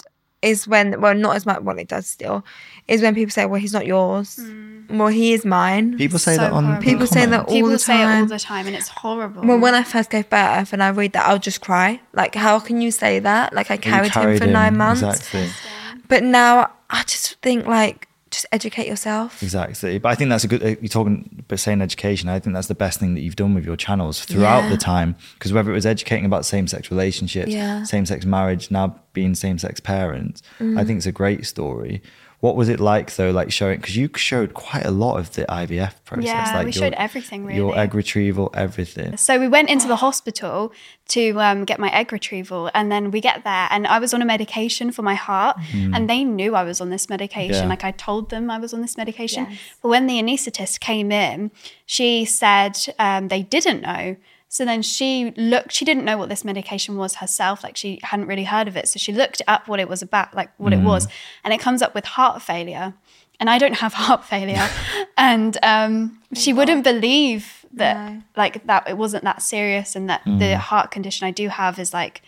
Speaker 2: is when, well, not as much, well, it does still, is when people say, well, he's not yours.
Speaker 1: Hmm.
Speaker 2: Well, he is mine.
Speaker 3: People say
Speaker 1: So
Speaker 3: that on
Speaker 1: horrible.
Speaker 2: People say that
Speaker 3: comments.
Speaker 2: all
Speaker 1: People
Speaker 2: the
Speaker 1: say it all
Speaker 2: time.
Speaker 1: the time, and it's horrible.
Speaker 2: Well, when I first gave birth and I read that, I'll just cry. Like, how can you say that? Like, I
Speaker 3: You
Speaker 2: carried, him for
Speaker 3: carried
Speaker 2: nine months.
Speaker 3: Exactly.
Speaker 2: But now I just think, like, just educate yourself.
Speaker 3: Exactly. But I think that's a good, uh, you're talking, but saying education, I think that's the best thing that you've done with your channels throughout
Speaker 2: Yeah.
Speaker 3: the time. Because whether it was educating about same sex relationships,
Speaker 2: Yeah.
Speaker 3: same sex marriage, now being same sex parents,
Speaker 2: Mm.
Speaker 3: I think it's a great story. What was it like though, like showing, because you showed quite a lot of the IVF process.
Speaker 1: Yeah,
Speaker 3: like
Speaker 1: we showed everything,
Speaker 3: Your
Speaker 1: really.
Speaker 3: egg retrieval, everything.
Speaker 1: So we went into the hospital to um, get my egg retrieval, and then we get there, and I was on a medication for my heart,
Speaker 3: Mm.
Speaker 1: and they knew I was on this medication.
Speaker 3: Yeah.
Speaker 1: Like I told them I was on this medication. But when the anaesthetist came in, she said um, they didn't know. So then she looked. She didn't know what this medication was herself. Like she hadn't really heard of it. So she looked up what it was about, like what
Speaker 2: Mm.
Speaker 1: it was, and it comes up with heart failure. And I don't have heart failure, and um, she wouldn't believe that
Speaker 2: No. Mm.
Speaker 1: like that it wasn't that serious and that the heart condition I do have is like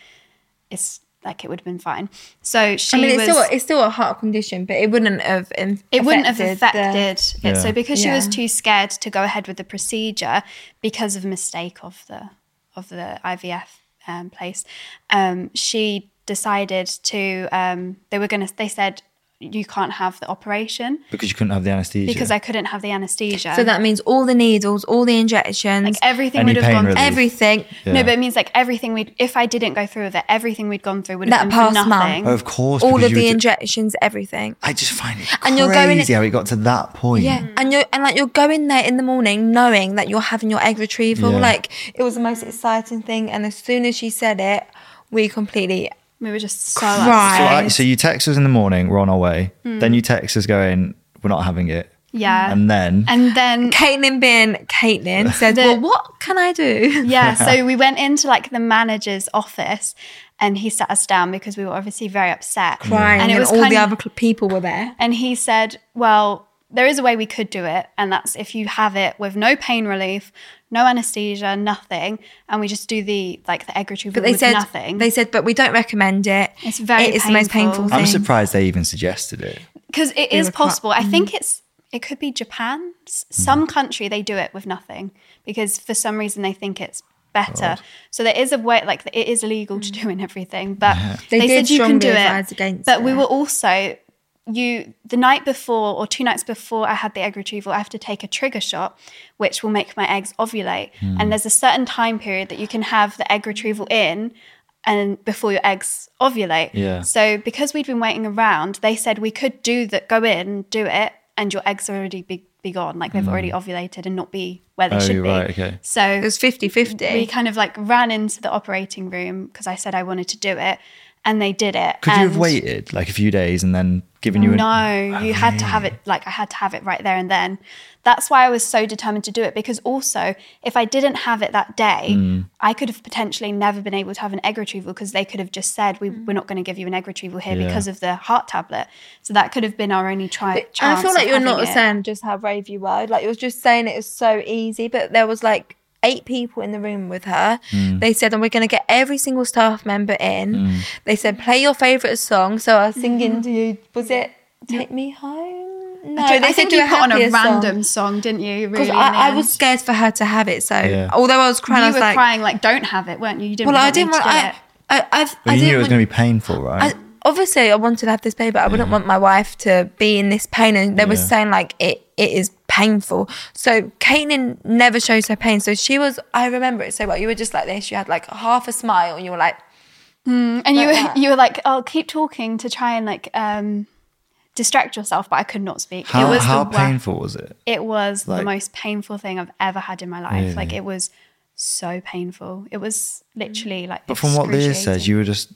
Speaker 1: it's like it would have been fine. So she
Speaker 2: I mean, it's
Speaker 1: was
Speaker 2: still, it's still a heart condition, but it wouldn't have. im-
Speaker 1: it wouldn't have
Speaker 2: affected the-
Speaker 1: affected it.
Speaker 3: Yeah.
Speaker 1: So because she was
Speaker 2: Yeah.
Speaker 1: too scared to go ahead with the procedure because of a mistake of the of the IVF um, place, um, she decided to um, they were gonna they said you can't have the operation
Speaker 3: Because you couldn't have the anesthesia.
Speaker 1: because I couldn't have the anesthesia.
Speaker 2: So that means all the needles, all the injections,
Speaker 1: like everything
Speaker 3: Any
Speaker 1: would have
Speaker 3: pain
Speaker 1: gone
Speaker 3: relief.
Speaker 2: everything.
Speaker 3: Yeah.
Speaker 1: No, but it means like everything we if I didn't go through with it, everything we'd gone through would
Speaker 2: That
Speaker 1: have been for
Speaker 2: past month.
Speaker 1: nothing.
Speaker 3: of course.
Speaker 2: All
Speaker 3: because
Speaker 2: of
Speaker 3: you were
Speaker 2: the
Speaker 3: ju-
Speaker 2: injections, everything.
Speaker 3: I just find it crazy
Speaker 2: And you're going-
Speaker 3: how it got to that point.
Speaker 2: Yeah, and you're and like you're going there in the morning, knowing that you're having your egg retrieval.
Speaker 3: Yeah.
Speaker 2: Like it was the most exciting thing, and as soon as she said it, we completely
Speaker 1: We were just so
Speaker 2: Cry.
Speaker 1: upset.
Speaker 3: So, I,
Speaker 2: Right.
Speaker 3: so you text us in the morning, we're on our way. Then you text us going, we're not having it.
Speaker 1: Hmm. Yeah.
Speaker 3: And then
Speaker 1: And then
Speaker 2: Caitlin being Caitlin said,
Speaker 1: The-
Speaker 2: "Well, what can I
Speaker 3: Mm.
Speaker 2: do?"
Speaker 1: yeah, so we went into like the manager's office and he sat us down because we were obviously very upset.
Speaker 2: Crying, and,
Speaker 1: it was
Speaker 2: all
Speaker 1: kind
Speaker 2: the
Speaker 1: of-
Speaker 2: other cl- people were there.
Speaker 1: And he said, Well, there is a way we could do it, and that's if you have it with no pain relief, no anesthesia, nothing, and we just do the like the egg retrieval
Speaker 2: But they
Speaker 1: with
Speaker 2: said
Speaker 1: nothing.
Speaker 2: They said, "But we don't recommend it.
Speaker 1: It's very
Speaker 2: It is the most
Speaker 1: painful.
Speaker 2: painful thing."
Speaker 3: I'm surprised they even suggested it.
Speaker 1: because it is
Speaker 2: were Mm. quite-
Speaker 1: possible. I think it's it could be Japan. S- Some country they do it with nothing because for some reason they think it's better. So there is a way, like it is legal to do and everything, but
Speaker 2: Mm. They
Speaker 1: they,
Speaker 2: did
Speaker 1: said you can
Speaker 2: strongly
Speaker 1: do
Speaker 2: advise
Speaker 1: it.
Speaker 2: against
Speaker 1: but we
Speaker 2: it.
Speaker 1: were also you the night before or two nights before I had the egg retrieval, I have to take a trigger shot, which will make my eggs ovulate.
Speaker 3: Hmm.
Speaker 1: And there's a certain time period that you can have the egg retrieval in. And before your eggs ovulate.
Speaker 3: Yeah.
Speaker 1: So because we'd been waiting around, they said we could do that, go in, do it, and your eggs are already be, be gone, like they've already ovulated and not be where they
Speaker 3: Hmm. Oh,
Speaker 1: should
Speaker 3: you're
Speaker 1: be.
Speaker 3: right, okay.
Speaker 2: It
Speaker 1: So
Speaker 2: was 50-50.
Speaker 1: we kind of like ran into the operating room because I said I wanted to do it, and they did it.
Speaker 3: Could you have
Speaker 1: and
Speaker 3: waited like a few days and then given you Oh, an-
Speaker 1: No, you had to have it. Like I had to have it right there and then. That's why I was so determined to do it because also, if I didn't have it that day,
Speaker 3: Mm.
Speaker 1: I could have potentially never been able to have an egg retrieval because they could have just said we, we're not going to give you an egg retrieval here
Speaker 3: Yeah.
Speaker 1: because of the heart tablet. So that could have been our only try. chance
Speaker 2: I feel
Speaker 1: of
Speaker 2: like you're
Speaker 1: having
Speaker 2: not
Speaker 1: it.
Speaker 2: saying just how brave you were. Like you're just saying it was so easy, but there was like eight people in the room with her.
Speaker 3: Mm.
Speaker 2: They said, and we're going to get every single staff member in. They said, play your favourite song. So I was
Speaker 1: Mm.
Speaker 2: singing to you, was it Take Me Home? No,
Speaker 1: I,
Speaker 2: they said
Speaker 1: think
Speaker 2: do
Speaker 1: you
Speaker 2: a
Speaker 1: put on a
Speaker 2: happier song.
Speaker 1: random song, didn't you? Really,
Speaker 2: Because
Speaker 1: in the
Speaker 2: I, I
Speaker 1: end?
Speaker 2: was scared for her to have it. So
Speaker 3: Yeah.
Speaker 2: although I was crying, I
Speaker 1: You
Speaker 2: was
Speaker 1: were
Speaker 2: like,
Speaker 1: crying like, "Don't have it," weren't you? You didn't.
Speaker 2: well,
Speaker 1: want
Speaker 2: I didn't
Speaker 1: me to
Speaker 2: want.
Speaker 1: do
Speaker 2: I,
Speaker 1: it.
Speaker 2: I, I've,
Speaker 3: Well,
Speaker 2: I
Speaker 3: you
Speaker 2: didn't
Speaker 3: knew it was
Speaker 2: want-
Speaker 3: going to be painful, right?
Speaker 2: I, obviously I wanted to have this baby. I wouldn't want my wife to be in this pain. And they were
Speaker 3: Yeah.
Speaker 2: saying like it it is painful. So Caitlin never shows her pain. So she was, I remember it so well. You were just like this. You had like half a smile and you were like,
Speaker 1: And you
Speaker 2: Like that.
Speaker 1: were, you were like, I'll keep talking to try and like um, distract yourself, but I could not speak.
Speaker 3: How,
Speaker 1: it was
Speaker 3: how
Speaker 1: the wor-
Speaker 3: painful was it?
Speaker 1: It was
Speaker 3: Like-
Speaker 1: the most painful thing I've ever had in my life. Like
Speaker 3: Really?
Speaker 1: it was so painful. It was literally like.
Speaker 3: But from what Leah says, you were just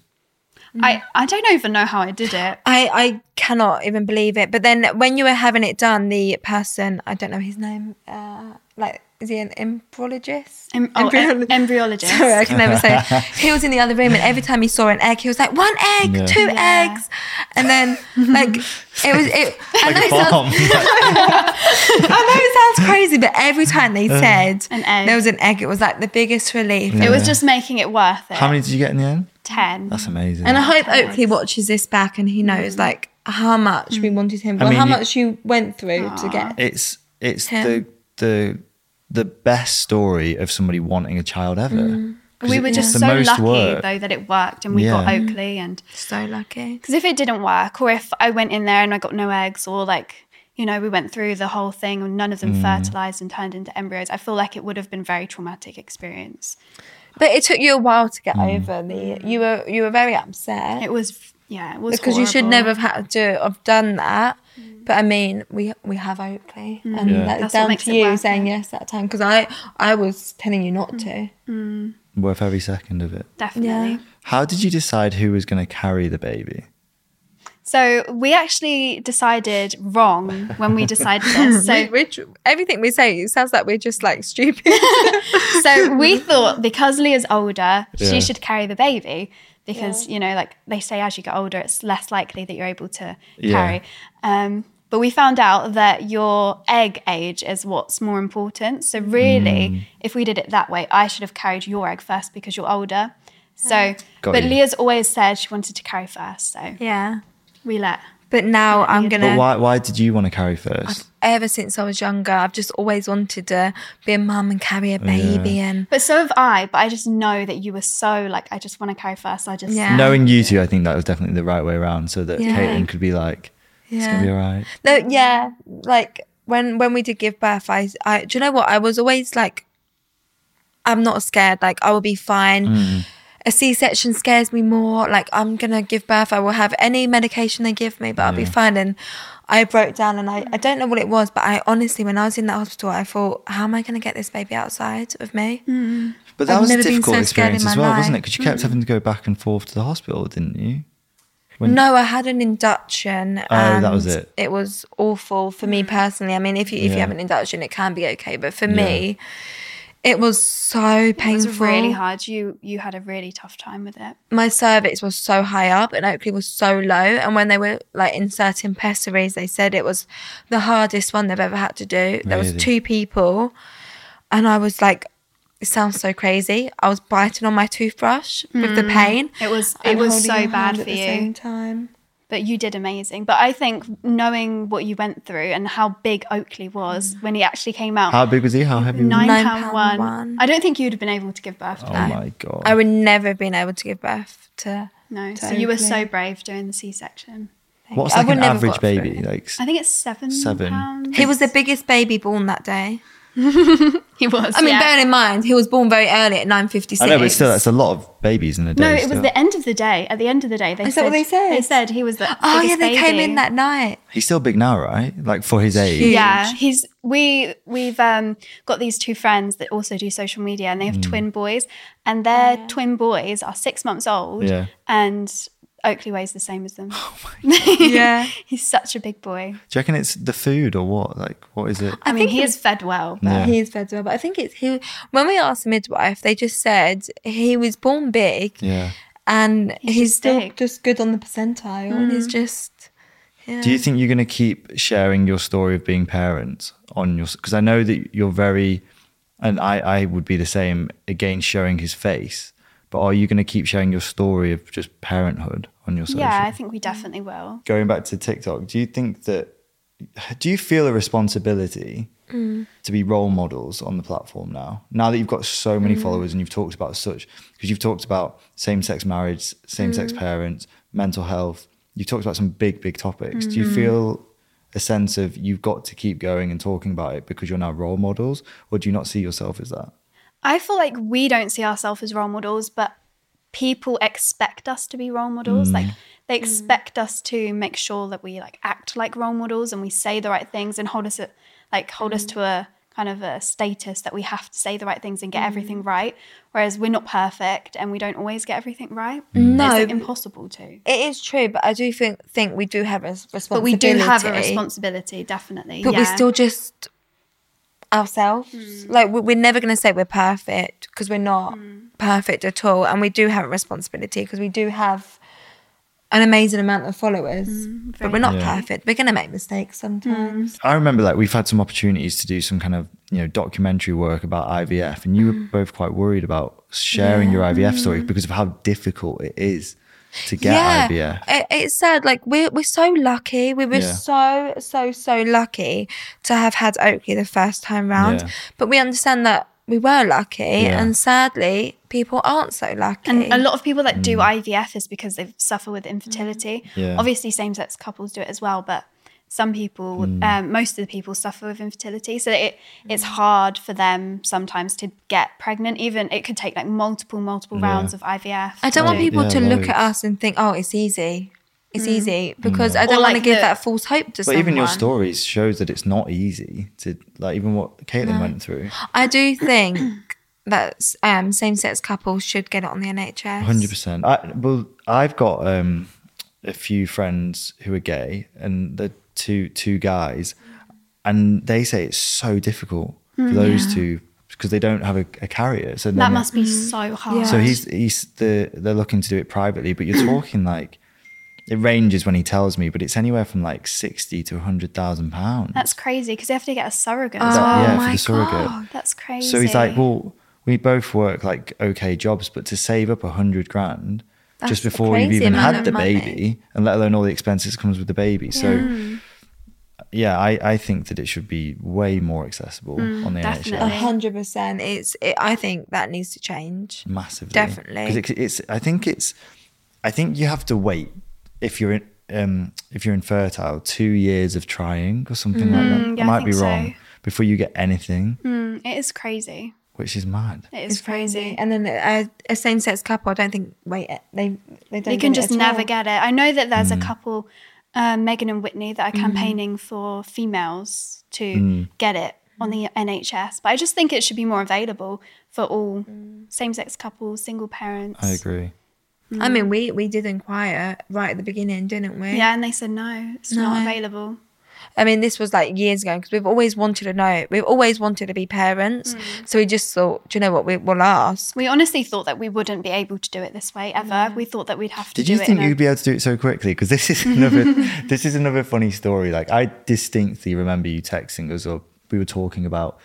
Speaker 1: I I don't even know how I did it.
Speaker 2: I, I cannot even believe it. But then when you were having it done, the person, I don't know his name, uh, like, is he an embryologist?
Speaker 1: Em- oh, em-
Speaker 2: Embryolo-
Speaker 1: embryologist.
Speaker 2: Sorry, I can never say it. He was in the other room, and every time he saw an egg, he was like, "One egg,
Speaker 3: Yeah.
Speaker 2: two
Speaker 1: Yeah.
Speaker 2: eggs," and then like it was. It, I, know it
Speaker 3: like a
Speaker 2: sounds,
Speaker 3: bomb. Like,
Speaker 2: I know it sounds crazy, but every time they said
Speaker 1: An egg.
Speaker 2: there was an egg, it was like the biggest relief.
Speaker 1: It was
Speaker 3: Yeah.
Speaker 1: just making it worth it.
Speaker 3: how many did you get in the end?
Speaker 1: Ten.
Speaker 3: That's amazing.
Speaker 2: And I hope Oakley watches this back and he knows like how much
Speaker 1: Mm.
Speaker 2: we wanted him, well,
Speaker 3: mean,
Speaker 2: how
Speaker 3: you-
Speaker 2: much you went through to get.
Speaker 3: it's it's
Speaker 2: Him.
Speaker 3: the the the best story of somebody wanting a child ever. 'Cause
Speaker 1: Mm. We
Speaker 3: it-
Speaker 1: were
Speaker 3: it's
Speaker 1: just
Speaker 3: the
Speaker 1: so
Speaker 3: most
Speaker 1: lucky
Speaker 3: work.
Speaker 1: though that it worked and we got
Speaker 3: Yeah.
Speaker 1: Oakley and
Speaker 2: So lucky.
Speaker 1: because if it didn't work or if I went in there and I got no eggs or like you know we went through the whole thing and none of them fertilized and turned into embryos, I feel like it would have been a very traumatic experience.
Speaker 2: But it took you a while to get
Speaker 3: Mm.
Speaker 2: over the. You were you were very upset.
Speaker 1: It was yeah, it was
Speaker 2: because you should
Speaker 1: horrible. Mm.
Speaker 2: never have had to have done that. But I mean, we we have Oakley, and
Speaker 3: Yeah.
Speaker 2: that's
Speaker 1: That's what
Speaker 2: down
Speaker 1: makes
Speaker 2: to
Speaker 1: it
Speaker 2: you
Speaker 1: worth
Speaker 2: saying
Speaker 1: it. Mm.
Speaker 2: yes that time. Because I I was telling you not to.
Speaker 3: worth every second of it.
Speaker 1: definitely.
Speaker 2: Yeah.
Speaker 3: How did you decide who was going to carry the baby?
Speaker 1: So we actually decided wrong when we decided this. So
Speaker 2: which everything we say it sounds like we're just like stupid.
Speaker 1: so we thought because Leah's older,
Speaker 3: Yeah.
Speaker 1: she should carry the baby because you know, like they say, as you get older, it's less likely that you're able to
Speaker 3: Yeah.
Speaker 1: carry. Um, but we found out that your egg age is what's more important. So really,
Speaker 3: Mm.
Speaker 1: if we did it that way, I should have carried your egg first because you're older. So,
Speaker 3: Got
Speaker 1: but
Speaker 3: you.
Speaker 1: Leah's always said she wanted to carry first, so
Speaker 2: yeah,
Speaker 1: we let.
Speaker 2: but now I'm
Speaker 1: But
Speaker 2: gonna.
Speaker 3: But why why did you want to carry first?
Speaker 2: Ever since I was younger, I've just always wanted to be a mum and carry a baby, and
Speaker 1: But so have I. But I just know that you were so like, I just want to carry first. I just
Speaker 2: Yeah.
Speaker 3: Knowing you two, I think that was definitely the right way around, so that
Speaker 2: Yeah.
Speaker 3: Caitlin could be like, "It's gonna be all right."
Speaker 2: No, yeah, like when when we did give birth, I, I do you know what? I was always like, I'm not scared. Like I will be fine.
Speaker 3: Mm.
Speaker 2: A C-section scares me more. Like I'm gonna give birth. I will have any medication they give me, but I'll be
Speaker 3: Yeah.
Speaker 2: fine. And I broke down, and I I don't know what it was, but I honestly, when I was in that hospital, I thought, how am I gonna get this baby outside of me?
Speaker 3: But that
Speaker 2: I've
Speaker 3: was a
Speaker 2: never been so
Speaker 3: difficult
Speaker 2: scared in
Speaker 3: experience
Speaker 2: my
Speaker 3: as well, wasn't it?
Speaker 2: life. Mm.
Speaker 3: Because you kept having to go back and forth to the hospital, didn't you?
Speaker 2: No, I had an induction.
Speaker 3: Oh, that
Speaker 2: and
Speaker 3: was it.
Speaker 2: It was awful for me personally. I mean, if you if you
Speaker 3: Yeah.
Speaker 2: have an induction, it can be okay, but for me, it was so painful.
Speaker 1: It was really hard. You you had a really tough time with it.
Speaker 2: My cervix was so high up, and Oakley was so low. And when they were like inserting pessaries, they said it was the hardest one they've ever had to do. There was
Speaker 3: Really?
Speaker 2: two people, and I was like. It sounds so crazy. I was biting on my toothbrush with the pain.
Speaker 1: Mm. It was it
Speaker 2: and
Speaker 1: was
Speaker 2: holding
Speaker 1: so
Speaker 2: your hand
Speaker 1: bad
Speaker 2: at
Speaker 1: for
Speaker 2: the
Speaker 1: you,
Speaker 2: Same time.
Speaker 1: but you did amazing. But I think knowing what you went through and how big Oakley was when he actually came out,
Speaker 3: How big was he? How heavy? was
Speaker 1: nine
Speaker 2: Nine
Speaker 1: pound
Speaker 2: pound
Speaker 1: one.
Speaker 2: one.
Speaker 1: I don't think you'd have been able to give birth to
Speaker 3: he? Oh
Speaker 1: that.
Speaker 3: my god!
Speaker 2: I would never have been able to give birth to.
Speaker 1: No, so you were so
Speaker 2: Totally.
Speaker 1: brave during the C-section.
Speaker 3: What's
Speaker 2: I
Speaker 3: like
Speaker 2: would
Speaker 3: an
Speaker 2: never have
Speaker 3: average
Speaker 2: got through
Speaker 3: baby?
Speaker 2: it.
Speaker 3: Like s-
Speaker 1: I think it's seven.
Speaker 3: Seven.
Speaker 1: Pounds.
Speaker 2: He was the biggest baby born that day.
Speaker 1: He was.
Speaker 2: I mean,
Speaker 1: yeah.
Speaker 2: bearing in mind he was born very early at nine fifty six.
Speaker 3: I know, but still, that's a lot of babies in a day.
Speaker 1: No, it was
Speaker 3: still.
Speaker 1: the end of the day. At the end of the day, they
Speaker 2: Is
Speaker 1: said,
Speaker 2: that what they said?
Speaker 1: They said he was the.
Speaker 2: Oh yeah,
Speaker 1: biggest
Speaker 2: they came
Speaker 1: baby.
Speaker 2: in that night.
Speaker 3: He's still big now, right? Like for his age.
Speaker 2: Huge.
Speaker 1: Yeah, he's we we've um, got these two friends that also do social media, and they have twin boys, and their twin boys are six months old,
Speaker 3: Yeah.
Speaker 1: and Oakley weighs the same as them.
Speaker 2: Yeah.
Speaker 1: he's such a big boy.
Speaker 3: Do you reckon it's the food or what? Like, what is it?
Speaker 1: I, mean,
Speaker 2: think
Speaker 1: he
Speaker 2: it
Speaker 1: is fed well. But
Speaker 3: Yeah.
Speaker 2: He is fed well, but I think it's he. When we asked the midwife, they just said he was born big
Speaker 3: Yeah.
Speaker 2: and he's,
Speaker 1: He's just
Speaker 2: still
Speaker 1: big. Mm.
Speaker 2: just good on the percentile. He's just. Yeah.
Speaker 3: Do you think you're going to keep sharing your story of being parents on your? Because I know that you're very, and I, I would be the same against showing his face. But are you going to keep sharing your story of just parenthood on your social?
Speaker 1: yeah, I think we definitely will.
Speaker 3: Going back to TikTok, do you think that? Do you feel a responsibility to be role models on the platform now? Now that you've got so many followers and you've talked about such, because you've talked about same-sex marriage, same-sex parents, mental health. You've talked about some big, big topics. Do you feel a sense of you've got to keep going and talking about it because you're now role models, or do you not see yourself as that?
Speaker 1: I feel like we don't see ourselves as role models, but people expect us to be role models. Like
Speaker 2: Mm.
Speaker 1: they expect us to make sure that we like act like role models and we say the right things and hold us at, like hold
Speaker 2: Mm.
Speaker 1: us to a kind of a status that we have to say the right things and get everything
Speaker 2: Mm.
Speaker 1: right. Whereas we're not perfect and we don't always get everything right.
Speaker 2: No.
Speaker 1: it's like, impossible to.
Speaker 2: It is true, but I do think think we do have a s-
Speaker 1: But
Speaker 2: responsibility.
Speaker 1: we do have a responsibility, definitely.
Speaker 2: But
Speaker 1: yeah. Mm.
Speaker 2: we're still just ourselves. Like we- we're never going to say we're perfect because we're not perfect at all, and we do have a responsibility because we do have an amazing amount of followers, but
Speaker 1: Mm, very
Speaker 2: we're not
Speaker 3: true. Yeah. Mm.
Speaker 2: perfect. We're going to make mistakes sometimes.
Speaker 3: I remember like we've had some opportunities to do some kind of you know documentary work about IVF, and you were
Speaker 1: Mm-hmm.
Speaker 3: both quite worried about sharing your IVF story
Speaker 1: Mm.
Speaker 3: because of how difficult it is to get IVF.
Speaker 2: It, it's sad. Like we're we're so lucky. We were
Speaker 3: Yeah.
Speaker 2: so so so lucky to have had Oakley the first time round.
Speaker 3: Yeah.
Speaker 2: But we understand that we were lucky,
Speaker 3: Yeah.
Speaker 2: and sadly, people aren't so lucky.
Speaker 1: And a lot of people that do IVF is because they suffer with infertility.
Speaker 3: Mm. Yeah.
Speaker 1: Obviously, same sex couples do it as well, but some people,
Speaker 3: Mm.
Speaker 1: um, most of the people suffer with infertility. So it, it's
Speaker 2: Mm.
Speaker 1: hard for them sometimes to get pregnant. Even it could take like multiple, multiple
Speaker 3: Yeah.
Speaker 1: rounds of IVF.
Speaker 2: I don't want
Speaker 1: to-
Speaker 2: people
Speaker 3: Yeah,
Speaker 2: to look at
Speaker 3: loads. Mm.
Speaker 2: us and think, "Oh, it's easy, it's easy," because I don't
Speaker 1: Mm. Or
Speaker 2: want to
Speaker 1: like
Speaker 2: give
Speaker 1: the-
Speaker 2: that false hope to
Speaker 3: But
Speaker 2: someone.
Speaker 3: even your stories shows that it's not easy to like even what Caitlin went through.
Speaker 2: I do think that um, same-sex couples should get it on the NHS.
Speaker 3: Hundred percent. I well, I've got um, a few friends who are gay, and the two two guys, and they say it's so difficult for those two because they don't have a, a carrier. So
Speaker 1: Mm, That
Speaker 3: then-
Speaker 1: must be
Speaker 2: Mm.
Speaker 1: so hard.
Speaker 3: So he's he's the they're looking to do it privately, but you're talking like it ranges when he tells me, but it's anywhere from like sixty to hundred thousand pounds.
Speaker 1: That's crazy because they have to get a surrogate.
Speaker 2: Uh, Oh
Speaker 1: as well.
Speaker 3: yeah, for
Speaker 2: my
Speaker 3: the surrogate.
Speaker 2: god!
Speaker 1: That's crazy.
Speaker 3: So he's like, well, we both work like okay jobs, but to save up a hundred grand
Speaker 2: That's
Speaker 3: just
Speaker 2: a
Speaker 3: before you've
Speaker 2: crazy
Speaker 3: even
Speaker 2: amount
Speaker 3: had
Speaker 2: of
Speaker 3: the
Speaker 2: money.
Speaker 3: baby, and let alone all the expenses that comes with the baby. So yeah, I, I think that it should be way more accessible on the
Speaker 2: A
Speaker 1: definitely.
Speaker 3: NHS.
Speaker 2: hundred percent. It's. It, I think that needs to change.
Speaker 3: Massively,
Speaker 2: Definitely.
Speaker 3: Because it's, I think it's, I think you have to wait if you're in, um, if you're infertile, two years of trying or something like that.
Speaker 1: Mm, yeah,
Speaker 3: I
Speaker 1: I
Speaker 3: might be
Speaker 1: think so.
Speaker 3: wrong before you get anything,
Speaker 1: Mm, it is crazy.
Speaker 3: which is mad.
Speaker 1: It is crazy.
Speaker 2: And then a, a same-sex couple, I don't think. Wait, they they don't.
Speaker 1: They
Speaker 2: do
Speaker 1: can
Speaker 2: it
Speaker 1: just
Speaker 2: at
Speaker 1: never
Speaker 2: all.
Speaker 1: get it. I know that there's
Speaker 3: Mm.
Speaker 1: a couple, um, Megan and Whitney, that
Speaker 2: Mm.
Speaker 1: are campaigning for females to
Speaker 3: Mm.
Speaker 1: get it on
Speaker 2: Mm.
Speaker 1: the NHS. But I just think it should be more available for all
Speaker 2: Mm.
Speaker 1: same-sex couples, single parents.
Speaker 3: I agree.
Speaker 2: I
Speaker 1: Mm.
Speaker 2: mean, we we did inquire right at the beginning, didn't we?
Speaker 1: Yeah, and they said no, it's
Speaker 2: No.
Speaker 1: not available.
Speaker 2: I mean, this was like years ago because we've always wanted to know. We've always wanted to be parents, so we just thought, do you know what? We will ask.
Speaker 1: We honestly thought that we wouldn't be able to do it this way ever. We thought that we'd have to
Speaker 3: Did
Speaker 1: do
Speaker 3: you
Speaker 1: it
Speaker 3: think
Speaker 1: in a-
Speaker 3: you'd be able to do it so quickly? Because this is another this is another funny story. Like I distinctly remember you texting us, or we were talking about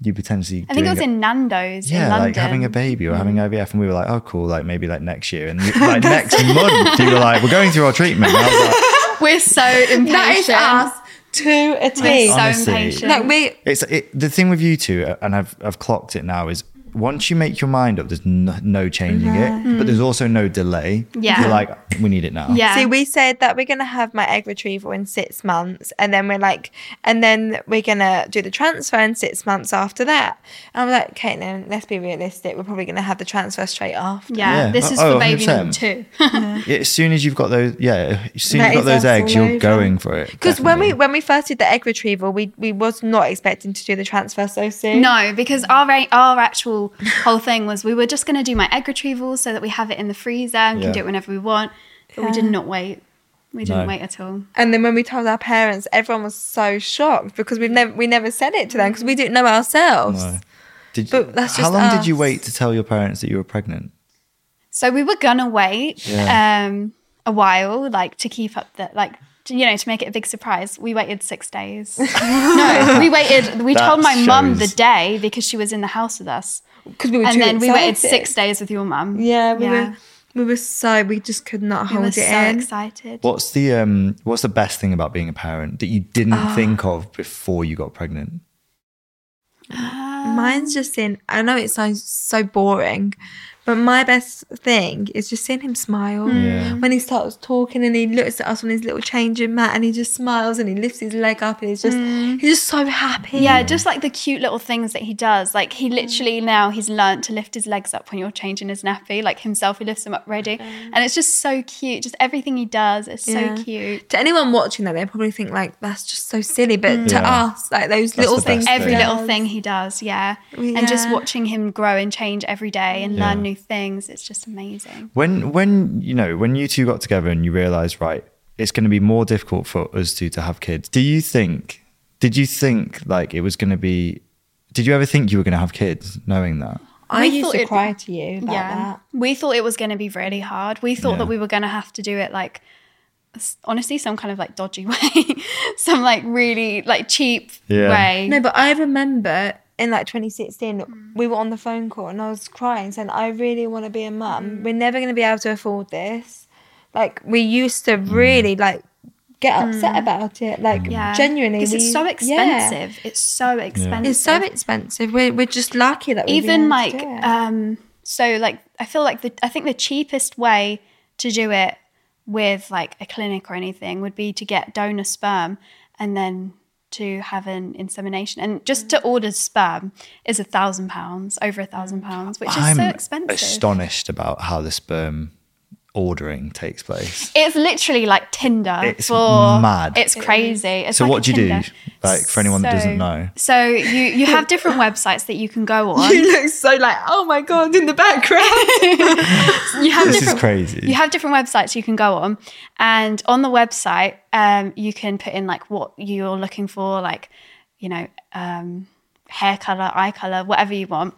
Speaker 3: you potentially.
Speaker 1: I think it
Speaker 3: doing
Speaker 1: was in Nando's in
Speaker 3: yeah,
Speaker 1: London. Mm.
Speaker 3: like having a baby or having IVF, and we were like, oh, cool, like maybe like next year, and like next month, you were like, we're going through our treatment. And I was like,
Speaker 1: We're so impatient.
Speaker 2: to a
Speaker 1: We're so
Speaker 3: Honestly.
Speaker 1: impatient.
Speaker 2: Like we,
Speaker 3: It's it, the thing with you two, uh, and I've I've clocked it now. Is once you make your mind up, there's no, no changing
Speaker 2: Mm-hmm.
Speaker 3: it, but there's also no delay.
Speaker 1: Yeah.
Speaker 3: you're like we need it now.
Speaker 1: yeah.
Speaker 2: See, we said that we're gonna have my egg retrieval in six months, and then we're like, and then we're gonna do the transfer in six months after that. And I'm like, Caitlin, let's be realistic. We're probably gonna have the transfer straight after.
Speaker 1: yeah,
Speaker 3: Yeah.
Speaker 1: this is
Speaker 3: Oh,
Speaker 1: for baby number
Speaker 3: 100%.
Speaker 1: two.
Speaker 3: Yeah, As soon as you've got those, yeah, as soon as
Speaker 2: That
Speaker 3: you've
Speaker 2: is
Speaker 3: got those
Speaker 2: us
Speaker 3: eggs,
Speaker 2: all
Speaker 3: you're
Speaker 2: over.
Speaker 3: going for it.
Speaker 2: Because when we
Speaker 3: definitely.
Speaker 2: when we first did the egg retrieval, we we was not expecting to do the transfer so soon.
Speaker 1: No, because our a- our actual whole thing was we were just going to do my egg retrieval so that we have it in the freezer and
Speaker 3: Yeah.
Speaker 1: can do it whenever we want. But we did not wait. We didn't
Speaker 3: No.
Speaker 1: wait at all.
Speaker 2: And then when we told our parents, everyone was so shocked because we've never we never said it to them because we didn't know ourselves.
Speaker 3: No. Did you,
Speaker 2: But that's
Speaker 3: how
Speaker 2: just
Speaker 3: long did you
Speaker 2: us.
Speaker 3: wait to tell your parents that you were pregnant?
Speaker 1: So we were gonna wait
Speaker 3: Yeah.
Speaker 1: um, a while, like to keep up the like. to- You know, to make it a big surprise, we waited six days. no, we waited. We
Speaker 3: That
Speaker 1: told my mum the
Speaker 3: shows-
Speaker 1: day because she was in the house with us,
Speaker 2: Because we were
Speaker 1: and
Speaker 2: too
Speaker 1: then we waited
Speaker 2: excited.
Speaker 1: six days with your mum.
Speaker 2: Yeah, we were we were so we just could not
Speaker 1: we
Speaker 2: hold
Speaker 1: were
Speaker 2: it
Speaker 1: so
Speaker 2: in.
Speaker 1: excited.
Speaker 3: What's the um what's the best thing about being a parent that you didn't
Speaker 2: Ah.
Speaker 3: think of before you got pregnant?
Speaker 1: Ah.
Speaker 2: Mine's just in. I know it sounds so boring, But my best thing is just seeing him smile
Speaker 3: Yeah.
Speaker 2: when he starts talking and he looks at us on his little changing mat and he just smiles and he lifts his leg up and he's just he's just so happy.
Speaker 1: Mm. Yeah, just like the cute little things that he does. Like he literally now he's learnt to lift his legs up when you're changing his nappy. Like himself, he lifts them up ready, and it's just so cute. Just everything he does is
Speaker 2: Yeah.
Speaker 1: so cute.
Speaker 2: To anyone watching that, they probably think like that's just so silly, but to
Speaker 3: Yeah.
Speaker 2: us, like those
Speaker 3: That's
Speaker 2: little
Speaker 3: the
Speaker 2: things,
Speaker 3: best
Speaker 1: Every
Speaker 3: Yeah.
Speaker 1: little thing he does, yeah. And just
Speaker 2: Yeah.
Speaker 1: watching him grow and change every day and
Speaker 3: Yeah.
Speaker 1: learn new things, it's just amazing.
Speaker 3: When when you know when you two got together and you realized right, it's going to be more difficult for us two to have kids. Do you think? Did you think like it was going to be? Did you ever think you were going to have kids, knowing that?
Speaker 2: I
Speaker 1: We
Speaker 2: used
Speaker 1: thought
Speaker 2: to
Speaker 1: it-
Speaker 2: cry to you about
Speaker 1: yeah.
Speaker 2: that.
Speaker 1: We thought it was going to be really hard. We thought
Speaker 3: Yeah.
Speaker 1: that we were going to have to do it like s- honestly some kind of like dodgy way, some like really like cheap
Speaker 3: Yeah.
Speaker 1: way.
Speaker 2: No, but I remember in like 2016,
Speaker 1: Hmm.
Speaker 2: we were on the phone call and I was crying, saying, I really want to be a
Speaker 1: Hmm.
Speaker 2: mum. We're never going to be able to afford this. Like, we used to
Speaker 3: Hmm.
Speaker 2: really like get upset about it. Like,
Speaker 1: yeah.
Speaker 2: genuinely.
Speaker 1: Hmm. because
Speaker 2: we-
Speaker 1: it's so
Speaker 2: yeah.
Speaker 1: expensive. It's so expensive.
Speaker 2: It's so expensive. We're, we're just lucky that we
Speaker 1: even like um so like i feel like the i think the cheapest way to do it with like a clinic or anything would be to get donor sperm and then to have an insemination and just to order sperm is a thousand pounds over a thousand pounds which is so expensive
Speaker 3: astonished about how the sperm ordering takes place.
Speaker 1: it's literally like tinder
Speaker 3: It's
Speaker 1: for
Speaker 3: mad.
Speaker 1: it's crazy it's
Speaker 3: so
Speaker 1: like a
Speaker 3: what do you
Speaker 1: Tinder.
Speaker 3: do? Like for anyone that doesn't
Speaker 1: So-
Speaker 3: know,
Speaker 1: so you you have different websites that you can go on
Speaker 2: you look so like, oh my God, in the background.
Speaker 1: you have
Speaker 3: this is
Speaker 1: different
Speaker 3: crazy.
Speaker 1: you have different websites you can go on and on the website um, you can put in like what you're looking for like you know um, hair color eye color whatever you want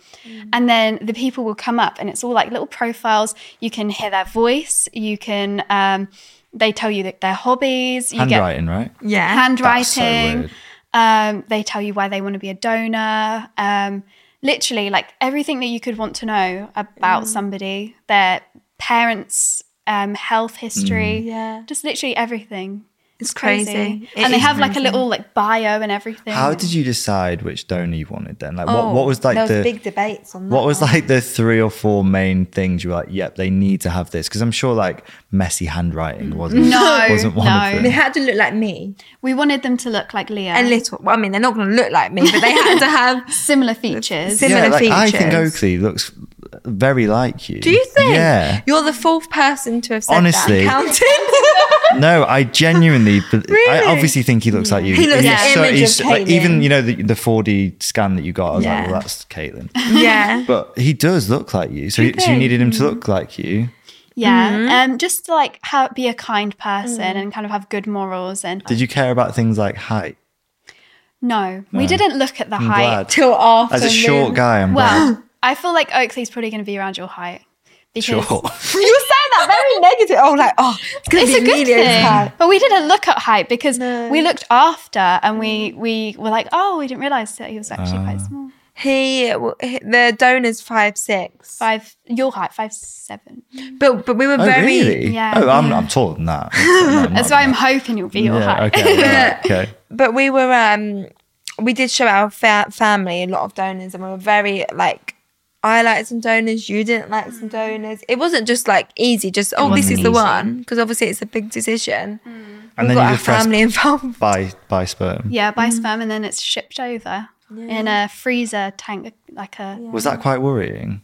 Speaker 1: and then the people will come up and it's all like little profiles you can hear their voice you can um, they tell you that their hobbies you get
Speaker 3: Handwriting, right?
Speaker 2: yeah.
Speaker 1: handwriting
Speaker 3: That's so weird.
Speaker 1: um, they tell you why they want to be a donor um, literally like everything that you could want to know
Speaker 3: Mm.
Speaker 1: about somebody their parents um, health history
Speaker 3: Mm.
Speaker 2: Yeah.
Speaker 1: just literally everything
Speaker 2: It's crazy. It
Speaker 1: and they
Speaker 2: is
Speaker 1: have like a
Speaker 2: crazy.
Speaker 1: little like bio and everything
Speaker 3: How did you decide which donor you wanted then? Like,
Speaker 2: Oh,
Speaker 3: what, what was
Speaker 2: there
Speaker 3: like
Speaker 2: was
Speaker 3: the
Speaker 2: big debates on that.
Speaker 3: What was
Speaker 2: one.
Speaker 3: like the three or four main things you were like, yep, they need to have this? Because I'm sure like messy handwriting wasn't,
Speaker 1: No,
Speaker 3: wasn't one
Speaker 1: no.
Speaker 3: of
Speaker 2: They
Speaker 3: them.
Speaker 2: had to look like me.
Speaker 1: we wanted them to look like leo
Speaker 2: A little. Well, I mean, they're not going to look like me, but they had to have
Speaker 1: similar features
Speaker 2: Sim-
Speaker 3: Yeah,
Speaker 2: similar
Speaker 3: like I think
Speaker 2: features.
Speaker 3: Oakley looks very like you.
Speaker 2: Do you think?
Speaker 3: Yeah.
Speaker 2: You're the fourth person to have said
Speaker 3: Honestly.
Speaker 2: that. Counting.
Speaker 3: No, I genuinely, be- I
Speaker 2: Really?
Speaker 3: obviously think he looks like you.
Speaker 2: He looks
Speaker 3: He's
Speaker 1: like an
Speaker 2: image
Speaker 3: he's
Speaker 2: of
Speaker 3: like, even
Speaker 2: Caitlyn.
Speaker 3: you know the, the 4D scan that you got. I was
Speaker 2: Yeah.
Speaker 3: like, well, that's Caitlin.
Speaker 2: yeah.
Speaker 3: But he does look like you, so,
Speaker 2: Do you
Speaker 3: you so you
Speaker 2: think? Mm-hmm.
Speaker 3: needed him to look like you.
Speaker 1: yeah um, just to like how, be a kind person
Speaker 2: Mm.
Speaker 1: and kind of have good morals and
Speaker 3: Did you care about things like height?
Speaker 1: no, we didn't look at the height
Speaker 3: glad.
Speaker 2: Till after.
Speaker 3: As a short
Speaker 2: the-
Speaker 3: guy, I'm glad.
Speaker 1: well i feel like oakley's probably going to be around your height because
Speaker 3: Short.
Speaker 2: You say that very negative. Oh, like, oh, it's going
Speaker 1: it's
Speaker 2: to
Speaker 1: a
Speaker 2: be
Speaker 1: good
Speaker 2: Emilio's
Speaker 1: thing.
Speaker 2: part.
Speaker 1: But we didn't look at height because
Speaker 2: No. Mm.
Speaker 1: we looked after and we we were like, oh, we didn't realize that he was actually
Speaker 3: Uh.
Speaker 1: quite small.
Speaker 2: He, he- the donor's five six,
Speaker 1: Five, your height, five seven.
Speaker 2: but but we were
Speaker 3: Oh,
Speaker 2: very.
Speaker 3: really?
Speaker 1: yeah,
Speaker 3: Oh, I'm,
Speaker 1: yeah.
Speaker 3: I'm taller than that. No, I'm
Speaker 1: That's
Speaker 3: not
Speaker 1: why I'm hoping you'll be your height.
Speaker 3: okay, right, okay.
Speaker 2: but we were um we did show our fa- family a lot of donors and we were very like I liked some donors, you didn't like some donors. It wasn't just like easy, just oh, this is
Speaker 3: wasn't
Speaker 2: the
Speaker 3: easy.
Speaker 2: one because obviously it's a big decision.
Speaker 3: And
Speaker 2: We've
Speaker 3: then
Speaker 2: got
Speaker 3: you
Speaker 2: our
Speaker 3: just press
Speaker 2: family involved.
Speaker 3: buy buy sperm.
Speaker 1: yeah,
Speaker 2: Mm.
Speaker 1: by sperm and then it's shipped over in a freezer tank, like a
Speaker 3: Was that quite worrying?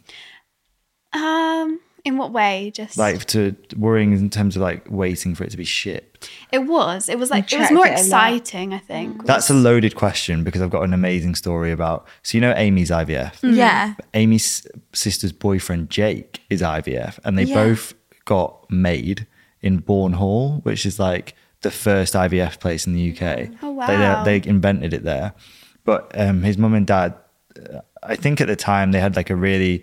Speaker 1: um. In what way? Just
Speaker 3: Like to worrying in terms of like waiting for it to be shipped.
Speaker 1: it was. It was like it was
Speaker 2: tracked
Speaker 1: more
Speaker 2: it a lot. Mm.
Speaker 1: exciting. I think.
Speaker 3: That's a loaded question because I've got an amazing story about. So you know Amy's IVF.
Speaker 2: Yeah.
Speaker 3: Amy's sister's boyfriend Jake is IVF, and they
Speaker 2: Yeah.
Speaker 3: both got made in Bourne Hall, which is like the first IVF place in the UK.
Speaker 1: Oh, wow.
Speaker 3: They, they invented it there, but um, his mum and dad, uh, I think at the time they had like a really.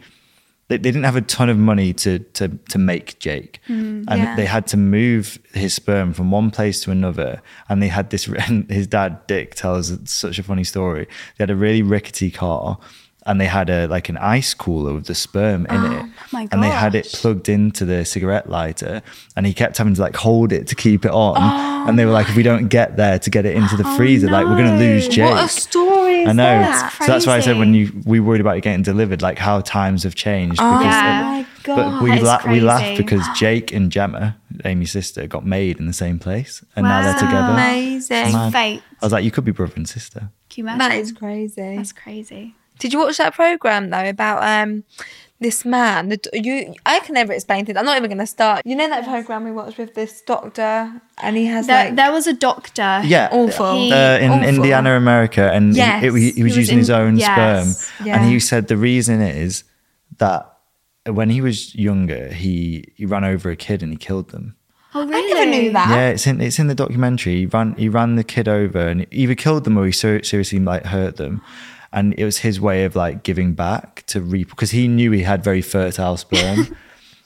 Speaker 3: They they didn't have a ton of money to to to make Jake, and
Speaker 2: Hmm, yeah.
Speaker 3: they had to move his sperm from one place to another. And they had this. And his dad Dick tells such a funny story. They had a really rickety car, and they had a like an ice cooler with the sperm in it.
Speaker 2: Oh
Speaker 1: my
Speaker 3: And they had it plugged into the cigarette lighter, and he kept having to like hold it to keep it on. and they were like, if we don't get there to get it into the freezer, like we're gonna lose Jake.
Speaker 2: Oh, What a story! Is
Speaker 3: I know.
Speaker 2: That?
Speaker 3: So that's why I said
Speaker 1: crazy.
Speaker 3: when you we worried about it getting delivered, like how times have changed. because
Speaker 2: Oh
Speaker 1: Yeah.
Speaker 2: my
Speaker 1: God,
Speaker 3: but we
Speaker 1: that is
Speaker 3: la- we laughed
Speaker 1: crazy.
Speaker 3: because Jake and Gemma, Amy's sister, got made in the same place, and now
Speaker 1: Wow.
Speaker 3: they're together.
Speaker 2: Amazing.
Speaker 3: Mad.
Speaker 1: Fate.
Speaker 3: I was like, you could be brother and sister.
Speaker 1: Can you imagine?
Speaker 2: That is crazy.
Speaker 1: That's crazy.
Speaker 2: Did you watch that program though about um this man? The, d- you, I can never explain things. I'm not even going to start. You know that program we watched with this doctor, and he has
Speaker 1: There,
Speaker 2: like
Speaker 1: there was a doctor.
Speaker 3: Yeah,
Speaker 2: awful.
Speaker 1: He-
Speaker 3: uh, in
Speaker 2: Awful.
Speaker 3: Indiana, America, and
Speaker 2: Yes.
Speaker 3: he, it- he- he
Speaker 2: He
Speaker 3: was
Speaker 1: was
Speaker 3: using
Speaker 1: in-
Speaker 3: his own
Speaker 1: yes.
Speaker 3: sperm.
Speaker 2: Yeah.
Speaker 3: And he said the reason is that when he was younger, he, he ran over a kid and he killed them.
Speaker 1: Oh,
Speaker 2: I never knew that.
Speaker 3: Yeah, it's in it's in the documentary. He ran he ran the kid over and either killed them or he ser- seriously like hurt them. And it was his way of like giving back to re because he knew he had very fertile sperm.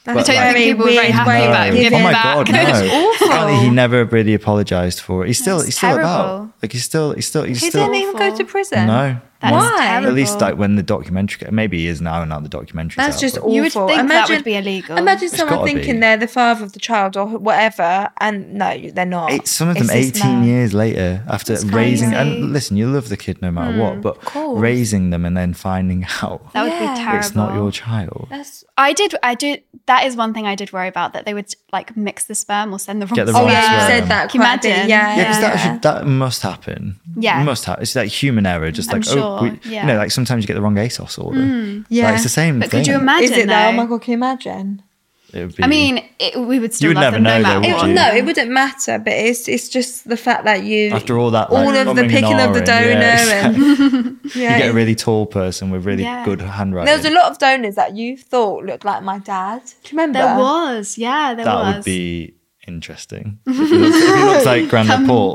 Speaker 2: That's
Speaker 3: But,
Speaker 1: I don't
Speaker 3: like-
Speaker 1: think people were very
Speaker 2: weird
Speaker 1: happy
Speaker 2: way
Speaker 3: No.
Speaker 1: about him
Speaker 2: of
Speaker 1: giving
Speaker 3: oh my
Speaker 1: back.
Speaker 3: god, no!
Speaker 2: It's awful.
Speaker 3: Apparently, he never really apologized for it. He's still
Speaker 1: That's
Speaker 3: he's still
Speaker 1: terrible.
Speaker 3: about like he's still he's still he's
Speaker 2: He
Speaker 3: still
Speaker 2: didn't even go to
Speaker 1: Awful.
Speaker 2: prison.
Speaker 3: no.
Speaker 1: That is
Speaker 2: Why?
Speaker 1: terrible.
Speaker 3: At least like when the documentary maybe he is now now the documentary.
Speaker 2: That's just awful.
Speaker 1: You would think that would be illegal.
Speaker 2: Imagine someone
Speaker 3: gotta
Speaker 2: thinking
Speaker 3: be.
Speaker 2: they're the father of the child or wh- whatever, and no, they're not.
Speaker 3: Eight, some of them
Speaker 2: It's this
Speaker 3: 18
Speaker 2: man.
Speaker 3: years later after raising
Speaker 1: crazy.
Speaker 3: and listen you love the kid no matter what but
Speaker 2: course.
Speaker 3: raising them and then finding out
Speaker 1: that would
Speaker 2: Yeah.
Speaker 1: be terrible.
Speaker 3: it's not your child
Speaker 2: That's
Speaker 1: I did. I did. That is one thing I did worry about that they would like mix the sperm or send the wrong.
Speaker 3: Get the
Speaker 1: sperm.
Speaker 2: oh
Speaker 3: wrong
Speaker 2: yeah,
Speaker 3: sperm.
Speaker 2: you
Speaker 3: swear.
Speaker 2: said that.
Speaker 1: Can you
Speaker 2: quite a bit,
Speaker 1: imagine?
Speaker 2: Yeah,
Speaker 3: yeah because that,
Speaker 2: yeah.
Speaker 3: should- that must happen
Speaker 1: Yeah.
Speaker 3: It must happen it's like human error just
Speaker 1: I'm
Speaker 3: like
Speaker 1: sure,
Speaker 3: oh we,
Speaker 1: yeah.
Speaker 3: you know like sometimes you get the wrong ASOS order
Speaker 2: Yeah.
Speaker 3: like, it's the same
Speaker 1: But
Speaker 3: thing
Speaker 1: could you imagine?
Speaker 2: Is it
Speaker 1: though?
Speaker 2: though? Oh my god, can you imagine?
Speaker 3: It would
Speaker 1: I
Speaker 3: be-
Speaker 1: mean, it, we would still
Speaker 3: would
Speaker 1: love
Speaker 3: never
Speaker 1: them no
Speaker 3: know,
Speaker 1: matter
Speaker 3: though,
Speaker 2: It,
Speaker 3: would
Speaker 1: what.
Speaker 3: you?
Speaker 2: no, it wouldn't matter, but it's it's just the fact that you
Speaker 3: after all that
Speaker 2: all
Speaker 3: like,
Speaker 2: of the
Speaker 3: umming and
Speaker 2: picking of the
Speaker 3: ahhing,
Speaker 2: donor
Speaker 3: yeah, it's
Speaker 2: and
Speaker 3: like,
Speaker 2: yeah.
Speaker 3: you get a really tall person with really
Speaker 1: Yeah.
Speaker 3: good handwriting
Speaker 2: there was a lot of donors that you thought looked like my dad. Do you remember?
Speaker 1: There was, yeah, there
Speaker 3: that
Speaker 1: was.
Speaker 3: would be interesting if he looks, if he looks like Grandpa Paul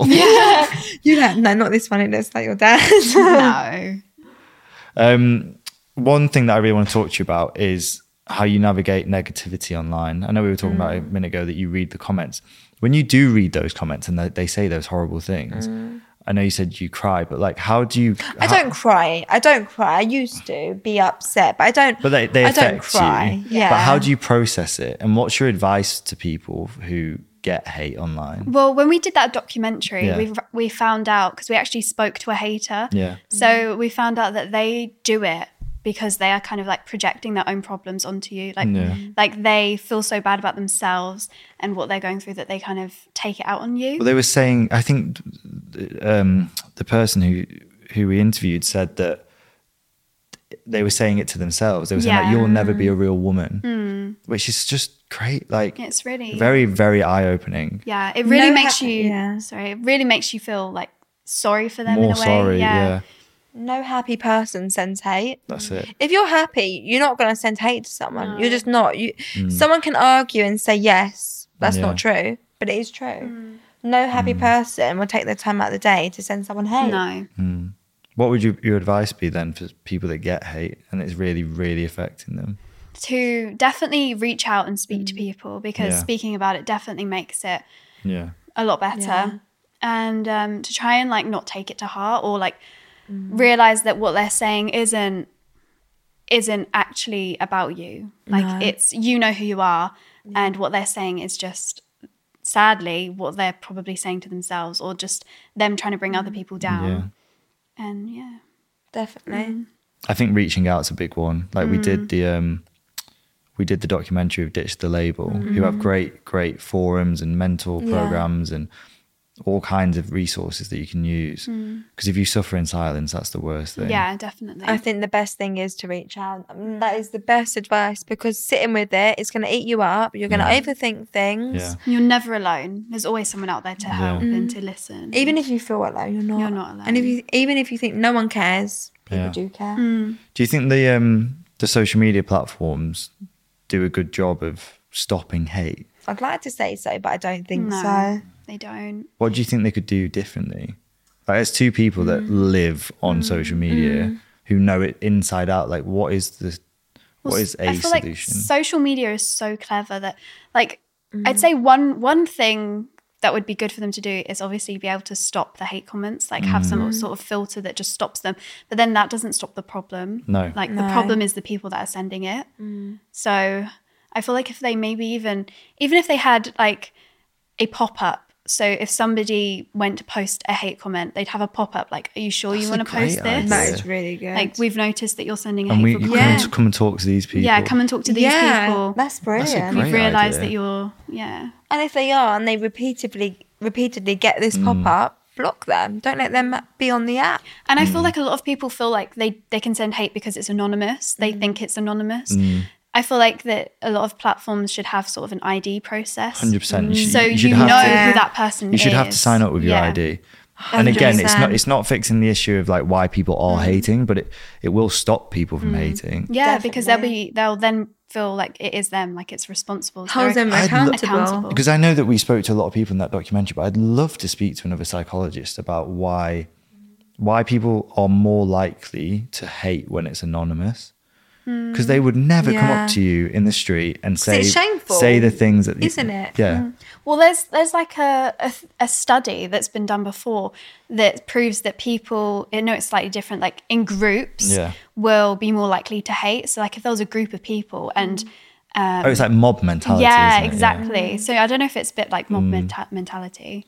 Speaker 2: You like no, not this one. It looks like your dad.
Speaker 1: no.
Speaker 3: Um, one thing that I really want to talk to you about is how you navigate negativity online. I know we were talking about it a
Speaker 2: Mm.
Speaker 3: minute ago that you read the comments. When you do read those comments and they, they say those horrible things, I know you said you cry, but like, how do you?
Speaker 2: Mm. I
Speaker 3: how-
Speaker 2: don't cry. I don't cry. I used to be upset, but I don't.
Speaker 3: But they, they
Speaker 2: I
Speaker 3: affect
Speaker 2: don't cry.
Speaker 3: you.
Speaker 2: Yeah.
Speaker 3: But how do you process it? And what's your advice to people who get hate online?
Speaker 1: Well, when we did that documentary,
Speaker 3: Yeah.
Speaker 1: we we found out because we actually spoke to a hater.
Speaker 3: Yeah.
Speaker 1: So
Speaker 2: Mm-hmm.
Speaker 1: we found out that they do it because they are kind of like projecting their own problems onto you. Like
Speaker 3: Yeah.
Speaker 1: like they feel so bad about themselves and what they're going through that they kind of take it out on you.
Speaker 3: Well, they were saying. I think um, the person who who we interviewed said that they were saying it to themselves. They were saying
Speaker 1: Yeah. Hmm.
Speaker 3: like, "You'll never be a real woman," which is just great. Like,
Speaker 1: it's really
Speaker 3: very, very eye opening.
Speaker 1: yeah, it really
Speaker 2: No
Speaker 1: makes
Speaker 2: hap-
Speaker 1: you
Speaker 2: yeah.
Speaker 1: sorry, it really makes you feel like sorry for them in
Speaker 3: More
Speaker 1: a way.
Speaker 3: sorry, yeah.
Speaker 2: No happy person sends hate.
Speaker 3: that's it.
Speaker 2: if you're happy, you're not going to send hate to someone. You're just not. You,
Speaker 3: Mm.
Speaker 2: Someone can argue and say, yes, that's not true, but it is true. No
Speaker 3: Mm.
Speaker 2: happy person will take their time out of the day to send someone hate.
Speaker 1: No.
Speaker 3: What would you, your advice be then for people that get hate and it's really, really affecting them?
Speaker 1: To definitely reach out and speak
Speaker 2: Mm.
Speaker 1: to people because
Speaker 3: Yeah.
Speaker 1: speaking about it definitely makes it
Speaker 3: Yeah,
Speaker 1: a lot better
Speaker 2: Yeah.
Speaker 1: and um, to try and like not take it to heart or like
Speaker 2: Mm.
Speaker 1: realize that what they're saying isn't isn't actually about you like
Speaker 2: No.
Speaker 1: it's you know who you are and what they're saying is just sadly what they're probably saying to themselves or just them trying to bring other
Speaker 2: Mm.
Speaker 1: people down and yeah
Speaker 2: Definitely.
Speaker 3: I think reaching out's a big one. Like we
Speaker 1: Mm.
Speaker 3: did the um we did the documentary of Ditch the Label,
Speaker 1: Mm-hmm.
Speaker 3: who have great, great forums and mentor
Speaker 2: Yeah.
Speaker 3: programs and all kinds of resources that you can use. Because if you suffer in silence, that's the worst thing.
Speaker 1: Mm. yeah definitely
Speaker 2: I think the best thing is to reach out. I mean, that is the best advice because sitting with it, it's going to eat you up. You're going to overthink things.
Speaker 3: Mm. Yeah.
Speaker 1: you're never alone there's always someone out there to help and to listen
Speaker 2: Mm. Even if you feel alone, you're not.
Speaker 1: You're not
Speaker 2: And if
Speaker 1: alone.
Speaker 2: you, even if you think no one cares, people
Speaker 3: Yeah.
Speaker 2: do care.
Speaker 1: Mm.
Speaker 3: Do you think the um the social media platforms do a good job of stopping hate?
Speaker 2: I'd like to say so, but I don't think
Speaker 1: no
Speaker 2: so.
Speaker 1: they don't
Speaker 3: What do you think they could do differently? Like as two people that
Speaker 1: Mm.
Speaker 3: live on social media who know it inside out, like what is the
Speaker 1: Well,
Speaker 3: what is a
Speaker 1: I feel
Speaker 3: solution?
Speaker 1: Like social media is so clever that, like, I'd
Speaker 2: Mm.
Speaker 1: say one one thing that would be good for them to do is obviously be able to stop the hate comments, like have
Speaker 3: Mm.
Speaker 1: some sort of filter that just stops them. But then that doesn't stop the problem.
Speaker 3: No.
Speaker 1: like
Speaker 2: No. Mm.
Speaker 1: the problem is the people that are sending it. So I feel like if they maybe even even if they had like a pop up So if somebody went to post a hate comment, they'd have a pop up like, "Are you sure
Speaker 3: That's
Speaker 1: you
Speaker 3: a
Speaker 1: want to
Speaker 3: great
Speaker 1: post
Speaker 3: idea.
Speaker 1: this?
Speaker 2: That
Speaker 3: Nice.
Speaker 2: is really good.
Speaker 1: Like we've noticed that you're sending a
Speaker 3: and we
Speaker 1: hateful
Speaker 3: you come,
Speaker 1: comment.
Speaker 2: Yeah.
Speaker 3: and, come and talk to these people.
Speaker 1: Yeah, come and talk to these
Speaker 2: yeah,
Speaker 1: people.
Speaker 2: That's
Speaker 3: That's a
Speaker 2: brilliant.
Speaker 3: great
Speaker 1: We've realised
Speaker 3: idea.
Speaker 1: that you're yeah.
Speaker 2: And if they are and they repeatedly repeatedly get this
Speaker 3: Mm.
Speaker 2: pop up, block them. Don't let them be on the app.
Speaker 1: And I
Speaker 3: Mm.
Speaker 1: feel like a lot of people feel like they they can send hate because it's anonymous.
Speaker 2: Mm.
Speaker 1: They think it's anonymous.
Speaker 3: Mm.
Speaker 1: I feel like that a lot of platforms should have sort of an ID process.
Speaker 3: Hundred percent. should-
Speaker 1: So you,
Speaker 3: should
Speaker 1: know
Speaker 3: have to-
Speaker 1: who that person is.
Speaker 3: you should have to sign up with your
Speaker 1: Yeah.
Speaker 3: ID. And again, it's not
Speaker 2: 100%.
Speaker 3: it's not fixing the issue of like why people are hating, but it, it will stop people from hating.
Speaker 1: Mm. Yeah, because they'll be they'll then feel like it is them, like it's responsible. So
Speaker 2: Hold
Speaker 1: they're
Speaker 2: them
Speaker 3: I'd lo-
Speaker 2: accountable.
Speaker 1: accountable.
Speaker 3: Because I know that we spoke to a lot of people in that documentary, but I'd love to speak to another psychologist about why why people are more likely to hate when it's anonymous. Because
Speaker 1: Mm.
Speaker 3: they would never come
Speaker 2: Yeah.
Speaker 3: up to you in the street and say
Speaker 2: it's shameful,
Speaker 3: say the things that
Speaker 2: isn't it?
Speaker 3: Yeah.
Speaker 1: Well, there's there's like a, a th- a study that's been done before that proves that people, I know it's slightly different, like in groups,
Speaker 3: Yeah.
Speaker 1: will be more likely to hate. So, like if there was a group of people and um,
Speaker 3: Oh, it's like mob mentality.
Speaker 1: yeah,
Speaker 3: isn't it? Mm.
Speaker 1: exactly. So I don't know if it's a bit like mob menta- mentality.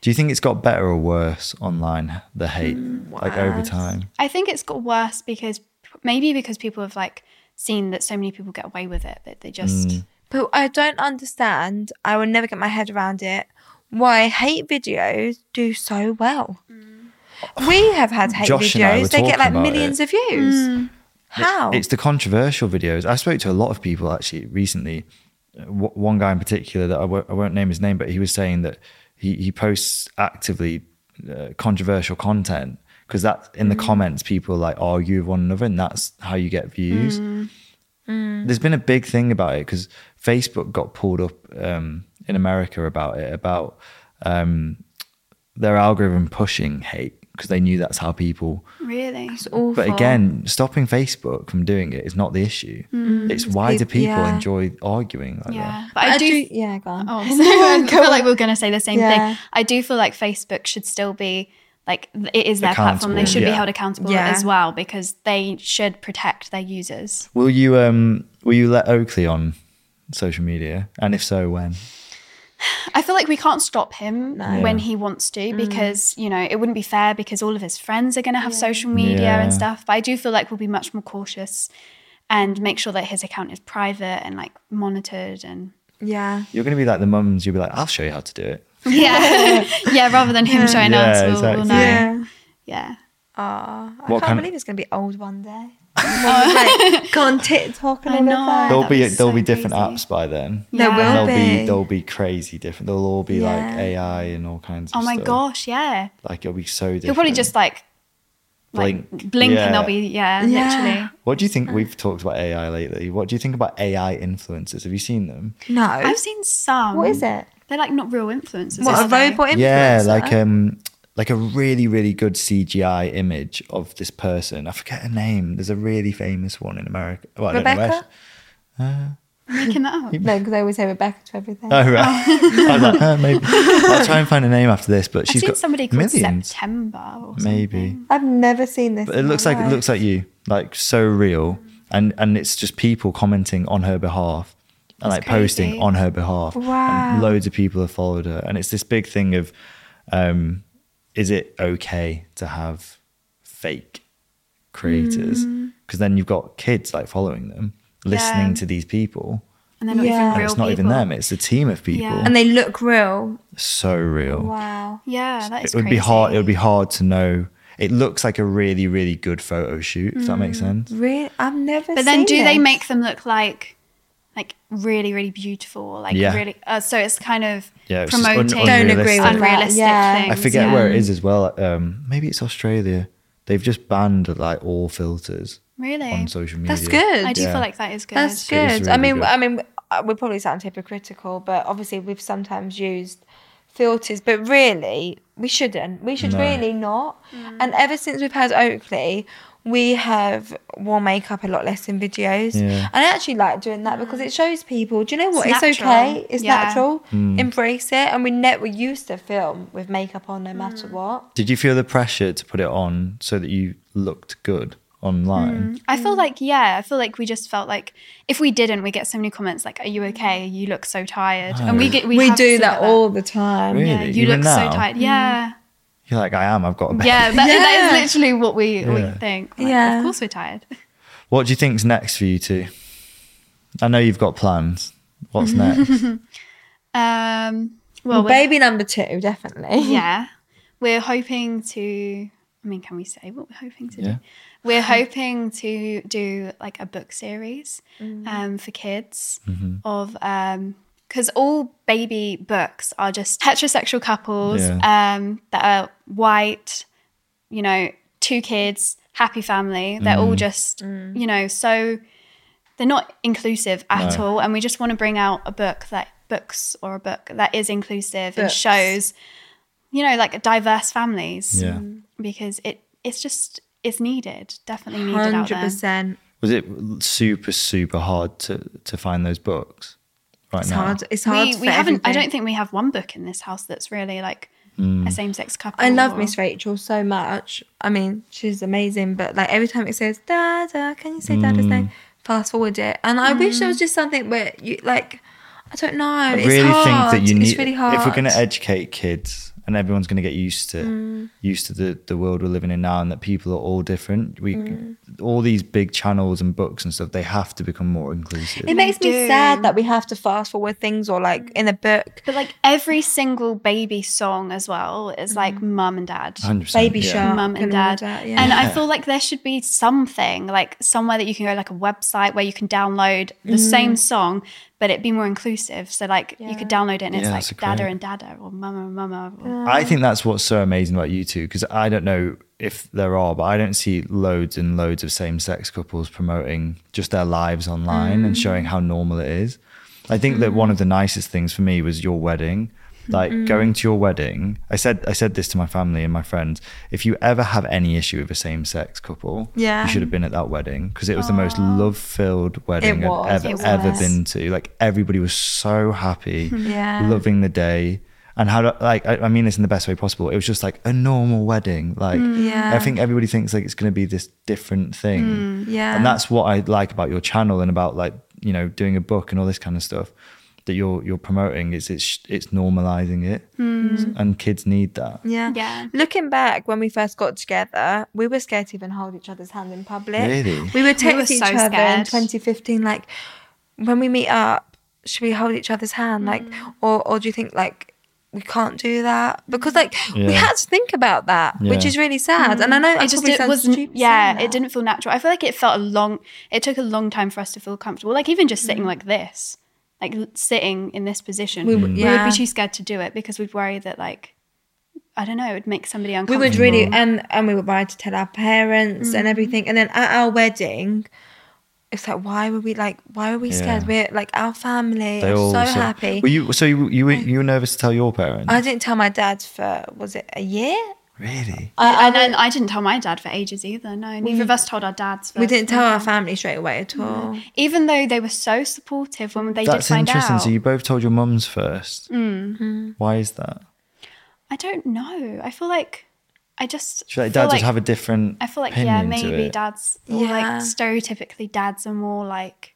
Speaker 3: Do you think it's got better or worse online, the hate, like over time?
Speaker 1: I think it's got worse because maybe because people have like seen that so many people get away with it that they just
Speaker 3: Mm.
Speaker 2: But I don't understand. I will never get my head around it. Why hate videos do so well.
Speaker 1: Mm.
Speaker 2: We have had hate
Speaker 3: Josh and I were
Speaker 2: videos. They
Speaker 3: talking
Speaker 2: get like
Speaker 3: about
Speaker 2: millions of views.
Speaker 1: Mm.
Speaker 2: How?
Speaker 3: It's the controversial videos. I spoke to a lot of people actually recently. Uh, W- one guy in particular that I w- I won't name his name, but he was saying that he, he posts actively uh, controversial content because that's in the comments, people like argue with one another, and that's how you get views. There's been a big thing about it because Facebook got pulled up um, in America about it, about um, their algorithm pushing hate because they knew that's how people
Speaker 1: really.
Speaker 2: It's awful.
Speaker 3: but again, stopping Facebook from doing it is not the issue.
Speaker 1: Mm.
Speaker 3: It's why do
Speaker 2: peop-
Speaker 3: people
Speaker 2: yeah.
Speaker 3: enjoy arguing like
Speaker 1: Yeah, but,
Speaker 2: But
Speaker 1: I, do.
Speaker 2: yeah, go on.
Speaker 1: Oh, so I feel like we are going to say the same
Speaker 2: Yeah.
Speaker 1: thing. I do feel like Facebook should still be like th- it is their platform. They
Speaker 3: Accountable,
Speaker 1: should be
Speaker 3: yeah.
Speaker 1: held accountable
Speaker 2: Yeah.
Speaker 1: as well because they should protect their users.
Speaker 3: that? Will you um will you let Oakley on social media? And if so, when?
Speaker 1: I feel like we can't stop him
Speaker 2: No. Mm.
Speaker 1: when he wants to because you know it wouldn't be fair because all of his friends are going to have social media
Speaker 3: Yeah.
Speaker 1: and stuff. But I do feel like we'll be much more cautious and make sure that his account is private and like monitored and
Speaker 2: Yeah.
Speaker 3: You're gonna be like the mums, you'll be like, I'll show you how to do it.
Speaker 1: yeah, yeah. Rather than him showing
Speaker 3: Yeah,
Speaker 1: us, we'll,
Speaker 3: exactly.
Speaker 1: we'll know. Yeah.
Speaker 2: Yeah. Aw, Ah, I
Speaker 3: What
Speaker 2: can't
Speaker 3: kind of-
Speaker 2: believe it's going to be old one day. Like, go on TikTok and
Speaker 1: I
Speaker 2: all of
Speaker 1: know.
Speaker 2: that.
Speaker 3: there'll
Speaker 1: that
Speaker 3: be
Speaker 1: was
Speaker 3: there'll
Speaker 1: so
Speaker 3: be different
Speaker 1: crazy.
Speaker 3: apps by then.
Speaker 1: Yeah.
Speaker 2: There will
Speaker 3: And they'll
Speaker 2: be.
Speaker 3: be they'll be crazy different. They'll all be like
Speaker 2: Yeah.
Speaker 3: AI and all kinds
Speaker 1: Oh
Speaker 3: of
Speaker 1: my
Speaker 3: stuff.
Speaker 1: gosh, yeah.
Speaker 3: Like it'll be so different.
Speaker 1: He'll probably just like like
Speaker 3: Blink.
Speaker 1: blink, and they'll
Speaker 3: Yeah.
Speaker 1: be yeah,
Speaker 2: Yeah.
Speaker 1: literally.
Speaker 3: What do you
Speaker 1: uh.
Speaker 3: think we've talked about AI lately? What do you think about AI influencers? Have you seen them?
Speaker 2: no.
Speaker 1: I've seen some.
Speaker 2: what is it?
Speaker 1: They're like not real influencers.
Speaker 2: What,
Speaker 1: are
Speaker 2: a
Speaker 1: they?
Speaker 2: robot influencer?
Speaker 3: Yeah, like um like a really, really good CGI image of this person. I forget her name. There's a really famous one in America. Well, I don't know where
Speaker 2: Rebecca?
Speaker 3: she-
Speaker 1: Making that up.
Speaker 2: No, because I always say Rebecca to everything.
Speaker 3: Oh right. I was like, uh, maybe. I'll try and find a name after this, but
Speaker 1: I've
Speaker 3: she's
Speaker 1: seen
Speaker 3: got
Speaker 1: somebody called
Speaker 3: millions.
Speaker 1: September or something.
Speaker 3: Maybe.
Speaker 2: I've never seen this.
Speaker 3: But it looks like it looks like you. Like so real. And and it's just people commenting on her behalf. And like
Speaker 1: That's
Speaker 3: posting
Speaker 1: crazy.
Speaker 3: on her behalf.
Speaker 2: Wow.
Speaker 3: And loads of people have followed her. And it's this big thing of um is it okay to have fake creators because then you've got kids like following them listening
Speaker 1: Mm. Yeah.
Speaker 3: to these people
Speaker 1: And they're not
Speaker 2: Yeah.
Speaker 1: even
Speaker 3: and
Speaker 1: real
Speaker 3: it's not
Speaker 1: people.
Speaker 3: even them it's a team of people
Speaker 1: Yeah.
Speaker 2: and they look real.
Speaker 3: so real
Speaker 2: Wow.
Speaker 1: Yeah, that is
Speaker 3: it would
Speaker 1: crazy.
Speaker 3: be hard it would be hard to know it looks like a really really good photo shoot if that makes
Speaker 1: Mm.
Speaker 3: sense
Speaker 2: Really? I've never.
Speaker 1: But then
Speaker 2: seen
Speaker 1: do
Speaker 2: this.
Speaker 1: they make them look like like really, really beautiful? or, Like
Speaker 3: Yeah.
Speaker 1: really uh, so it's kind of
Speaker 3: Yeah, it's just un-
Speaker 1: promoting
Speaker 3: Don't
Speaker 2: agree with that,
Speaker 1: unrealistic
Speaker 2: yeah. I
Speaker 1: things.
Speaker 3: i forget
Speaker 1: yeah.
Speaker 3: where it is as well um maybe it's australia they've just banned like all filters
Speaker 1: Really?
Speaker 3: on social media
Speaker 2: That's good.
Speaker 1: I do
Speaker 3: Yeah.
Speaker 1: feel like that is good.
Speaker 2: That's
Speaker 3: It is
Speaker 2: good. I
Speaker 3: really
Speaker 2: mean,
Speaker 3: good.
Speaker 2: I mean, uh, we probably sound hypocritical, but obviously we've sometimes used filters, but really we shouldn't. We should
Speaker 3: No.
Speaker 2: really not.
Speaker 1: Mm.
Speaker 2: And ever since we've had Oakley, we have worn makeup a lot less in videos.
Speaker 3: Yeah.
Speaker 2: And I actually like doing that because it shows people, do you know what?
Speaker 1: Mm. It's
Speaker 2: It's, okay.
Speaker 1: natural.
Speaker 2: It's
Speaker 1: Yeah.
Speaker 2: natural.
Speaker 3: Mm.
Speaker 2: Embrace it. And we net we used to film with
Speaker 1: Mm.
Speaker 2: makeup on no matter what.
Speaker 3: Did you feel the pressure to put it on so that you looked good? online.
Speaker 1: I
Speaker 2: Mm.
Speaker 1: feel like, yeah, I feel like we just felt like if we didn't, we get so many comments like, "Are you okay? You look so tired," and we get we,
Speaker 2: Mm. We
Speaker 1: have
Speaker 2: do
Speaker 1: seen
Speaker 2: that all the time.
Speaker 3: Really?
Speaker 1: Yeah, you
Speaker 3: Even
Speaker 1: look
Speaker 3: now?
Speaker 1: so tired. Yeah,
Speaker 3: You're like, I am. I've got a baby.
Speaker 1: yeah, that, that
Speaker 2: Yeah.
Speaker 1: is literally what we
Speaker 3: Yeah.
Speaker 1: we think. Like,
Speaker 2: Yeah.
Speaker 1: of course we're tired.
Speaker 3: What do you think's next for you two? I know you've got plans. What's next?
Speaker 1: Um, well,
Speaker 2: Well,
Speaker 1: we're-
Speaker 2: baby number two, definitely.
Speaker 1: yeah, we're hoping to. I mean, can we say what we're hoping to
Speaker 3: Yeah.
Speaker 1: do? We're hoping to do like a book series um, for kids of because all baby books are just heterosexual couples um, that are white, you know, two kids, happy family. They're all just you know so they're not inclusive at
Speaker 3: No.
Speaker 1: all, and we just want to bring out a book that books or a book that is inclusive and
Speaker 2: Books.
Speaker 1: shows you know like diverse families
Speaker 3: yeah.
Speaker 1: because it it's just it's needed definitely needed out
Speaker 2: Hundred
Speaker 1: there
Speaker 2: percent.
Speaker 3: Was it super super hard to to find those books right
Speaker 2: It's
Speaker 3: now?
Speaker 2: hard. It's hard.
Speaker 1: we,
Speaker 2: for
Speaker 1: we haven't i
Speaker 2: everything.
Speaker 1: don't think we have one book in this house that's really like
Speaker 3: Mm.
Speaker 1: a same-sex couple
Speaker 2: I love
Speaker 1: or-
Speaker 2: Miss Rachel so much. I mean, she's amazing, but like every time it says Dada, can you say Dada's
Speaker 3: Mm.
Speaker 2: name? Fast forward it, and I wish there was
Speaker 1: Mm.
Speaker 2: just something where you like, I don't know.
Speaker 3: I
Speaker 2: it's
Speaker 3: really
Speaker 2: hard.
Speaker 3: think that you need.
Speaker 2: It's really hard. Mm.
Speaker 3: If we're going to educate kids and everyone's going to get used to used to the the world we're living in now, and that people are all different, we
Speaker 2: Mm.
Speaker 3: all these big channels and books and stuff, they have to become more inclusive.
Speaker 2: it makes me
Speaker 1: do.
Speaker 2: sad that we have to fast forward things or like in a book.
Speaker 1: but like every single baby song as well is like
Speaker 2: Mm-hmm.
Speaker 1: mum and dad
Speaker 3: 100%,
Speaker 2: Baby
Speaker 3: yeah.
Speaker 2: Shark,
Speaker 1: mum and
Speaker 2: and
Speaker 1: dad.
Speaker 2: all that, yeah.
Speaker 1: And I feel like there should be something, like somewhere that you can go, like a website where you can download the
Speaker 2: Mm.
Speaker 1: same song, but it be more inclusive. So like you could download it and
Speaker 3: Yeah,
Speaker 1: it's
Speaker 3: that's
Speaker 1: like Dada
Speaker 3: great.
Speaker 1: and Dada or Mama and Mama. Or,
Speaker 3: I think that's what's so amazing about you two because I don't know if there are, but I don't see loads and loads of same sex couples promoting just their lives online
Speaker 2: Mm.
Speaker 3: and showing how normal it is. I think that one of the nicest things for me was your wedding. Like
Speaker 2: Mm.
Speaker 3: going to your wedding, I said I said this to my family and my friends. If you ever have any issue with a same sex couple,
Speaker 2: Yeah.
Speaker 3: you should have been at that wedding because it was the most love filled wedding
Speaker 2: was,
Speaker 3: I've
Speaker 2: it
Speaker 3: ever ever
Speaker 2: was.
Speaker 3: been to. Like everybody was so happy
Speaker 2: Yeah.
Speaker 3: loving the day and how to, like I, I mean this in the best way possible it was just like a normal wedding like
Speaker 1: Mm,
Speaker 2: Yeah.
Speaker 3: i think everybody thinks like it's going to be this different thing
Speaker 1: Mm,
Speaker 2: Yeah.
Speaker 3: and that's what i like about your channel and about like you know doing a book and all this kind of stuff that you're you're promoting it's it's it's normalizing it and kids need that
Speaker 2: Yeah.
Speaker 1: Mm. Yeah.
Speaker 2: Looking back when we first got together, we were scared to even hold each other's hand in public.
Speaker 3: Really?
Speaker 2: We would text each
Speaker 1: so
Speaker 2: other in
Speaker 1: scared.
Speaker 2: 2015, like, when we meet up, should we hold each other's hand? Like,
Speaker 1: Mm.
Speaker 2: or, or do you think, like, we can't do that? Because, like, we
Speaker 3: Yeah.
Speaker 2: had to think about that, which
Speaker 3: Yeah.
Speaker 2: is really sad. And I know
Speaker 1: Mm. it just it was
Speaker 2: stupid
Speaker 1: yeah
Speaker 2: saying
Speaker 1: it
Speaker 2: that.
Speaker 1: didn't feel natural i feel like it felt a long it took a long time for us to feel comfortable like even just
Speaker 2: Mm.
Speaker 1: sitting like this like l- sitting in this position we,
Speaker 3: Mm.
Speaker 2: would-
Speaker 1: would
Speaker 2: yeah.
Speaker 1: be too scared to do it because we'd worry that like i don't know it would make somebody
Speaker 2: we
Speaker 1: uncomfortable
Speaker 2: would really and and we were right to tell our parents
Speaker 1: Mm.
Speaker 2: and everything and then at our wedding it's like why were we like why were we scared
Speaker 3: Yeah.
Speaker 2: we're like our family
Speaker 3: they
Speaker 2: are
Speaker 3: all
Speaker 2: so
Speaker 3: sort of-
Speaker 2: happy
Speaker 3: were you so you you were, you were nervous to tell your parents
Speaker 2: i didn't tell my dad for was it a year
Speaker 3: really
Speaker 2: I, I
Speaker 1: and then I didn't tell my dad for ages either. No, neither of us told our dads. For,
Speaker 2: we didn't tell our family straight away at all
Speaker 1: even though they were so supportive when they
Speaker 3: that's
Speaker 1: did find
Speaker 3: interesting
Speaker 1: out. Mm.
Speaker 3: so you both told your mums first why is that
Speaker 1: I don't know. I feel like I just
Speaker 3: should like
Speaker 1: feel
Speaker 3: dad
Speaker 1: like,
Speaker 3: just have a different
Speaker 1: I feel like yeah,
Speaker 3: opinion to
Speaker 1: maybe
Speaker 3: it?
Speaker 1: dads or like
Speaker 2: Yeah.
Speaker 1: stereotypically dads are more like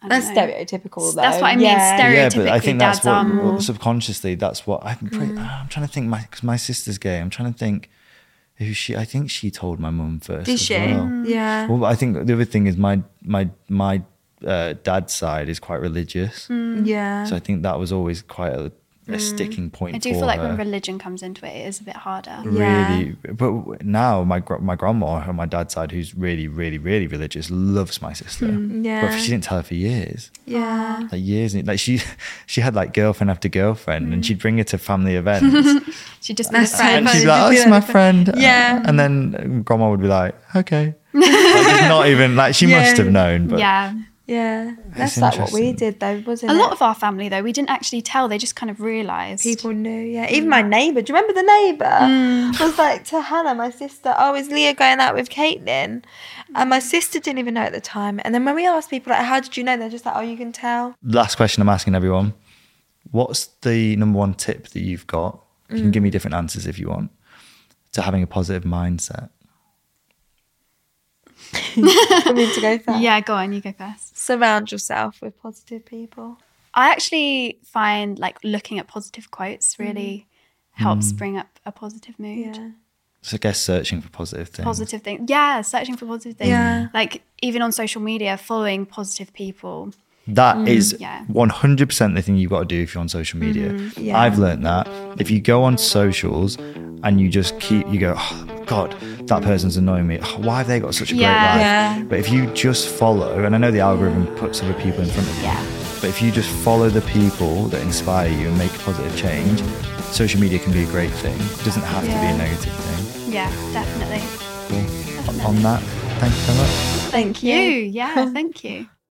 Speaker 1: I don't
Speaker 2: that's
Speaker 1: know.
Speaker 2: stereotypical though
Speaker 1: That's what I mean,
Speaker 2: yeah.
Speaker 1: stereo-
Speaker 3: yeah, but I think
Speaker 1: Stereotypically, um, Mm.
Speaker 3: that's
Speaker 1: dads are
Speaker 3: what
Speaker 1: more-
Speaker 3: subconsciously. That's what I'm. Pretty, I'm trying to think. My because my sister's gay. I'm trying to think who she. I think she told my mum first.
Speaker 2: did
Speaker 3: as
Speaker 2: she
Speaker 3: Well.
Speaker 2: Mm.
Speaker 1: Mm.
Speaker 2: yeah
Speaker 3: Well, I think the other thing is my my my uh, dad's side is quite religious,
Speaker 1: Mm.
Speaker 2: Mm. yeah
Speaker 3: so I think that was always quite a, a sticking point.
Speaker 1: I do
Speaker 3: for
Speaker 1: feel like
Speaker 3: her.
Speaker 1: when religion comes into it, it is a bit harder.
Speaker 2: Yeah.
Speaker 3: really but w- now my gr- my grandma on my dad's side who's really really really religious loves my sister
Speaker 1: Hmm,
Speaker 3: but
Speaker 2: Yeah.
Speaker 3: she didn't tell her for years
Speaker 2: yeah
Speaker 3: like years and like she she had like girlfriend after girlfriend
Speaker 2: Mm.
Speaker 3: and she'd bring her to family events
Speaker 1: She just be the
Speaker 2: so
Speaker 1: friend.
Speaker 3: and
Speaker 2: funny.
Speaker 3: she'd be like oh
Speaker 2: Just
Speaker 3: it's
Speaker 2: be
Speaker 3: my
Speaker 2: like,
Speaker 3: friend
Speaker 2: Yeah.
Speaker 3: and then grandma would be like okay like, just not even like she
Speaker 2: Yeah.
Speaker 3: must have known but
Speaker 1: yeah,
Speaker 2: yeah that's
Speaker 3: It's
Speaker 2: like what we
Speaker 3: interesting.
Speaker 2: did though wasn't
Speaker 1: a
Speaker 2: it
Speaker 1: lot of our family though, we didn't actually tell. They just kind of realised.
Speaker 2: People knew, yeah.
Speaker 1: Mm.
Speaker 2: Even my neighbour. Do you remember the neighbour? Was like to Hannah, my sister. Oh, is Leah going out with Caitlin? And my sister didn't even know at the time. And then when we asked people, like, how did you know? They're just like, oh, you can tell.
Speaker 3: last question i'm asking everyone what's the number one tip that you've got you
Speaker 2: Mm.
Speaker 3: can give me different answers if you want to having a positive mindset
Speaker 2: for me to go first.
Speaker 1: Yeah, go on, you go first.
Speaker 2: Surround yourself with positive people.
Speaker 1: I actually find like looking at positive quotes really helps
Speaker 3: Mm.
Speaker 1: bring up a positive mood.
Speaker 2: Mm-hmm. Yeah.
Speaker 3: So I guess searching for positive things.
Speaker 1: Positive things. Yeah, searching for positive things.
Speaker 2: Yeah.
Speaker 1: Like even on social media, following positive people.
Speaker 3: That is
Speaker 1: Mm, yeah. Mm,
Speaker 3: 100% the thing you've got to do if you're on social media.
Speaker 2: yeah.
Speaker 3: I've learned that. If you go on socials and you just keep, you go, oh, God, that person's annoying me. Oh, why have they got such a
Speaker 1: Yeah.
Speaker 3: great life?
Speaker 2: Yeah.
Speaker 3: But if you just follow, and I know the algorithm puts other people in front of you,
Speaker 1: Yeah.
Speaker 3: but if you just follow the people that inspire you and make positive change, social media can be a great thing. It doesn't have to be a
Speaker 2: Yeah.
Speaker 3: negative thing.
Speaker 1: Yeah, definitely.
Speaker 3: Cool. On that, thank you so much.
Speaker 1: Thank you. Yeah, thank you.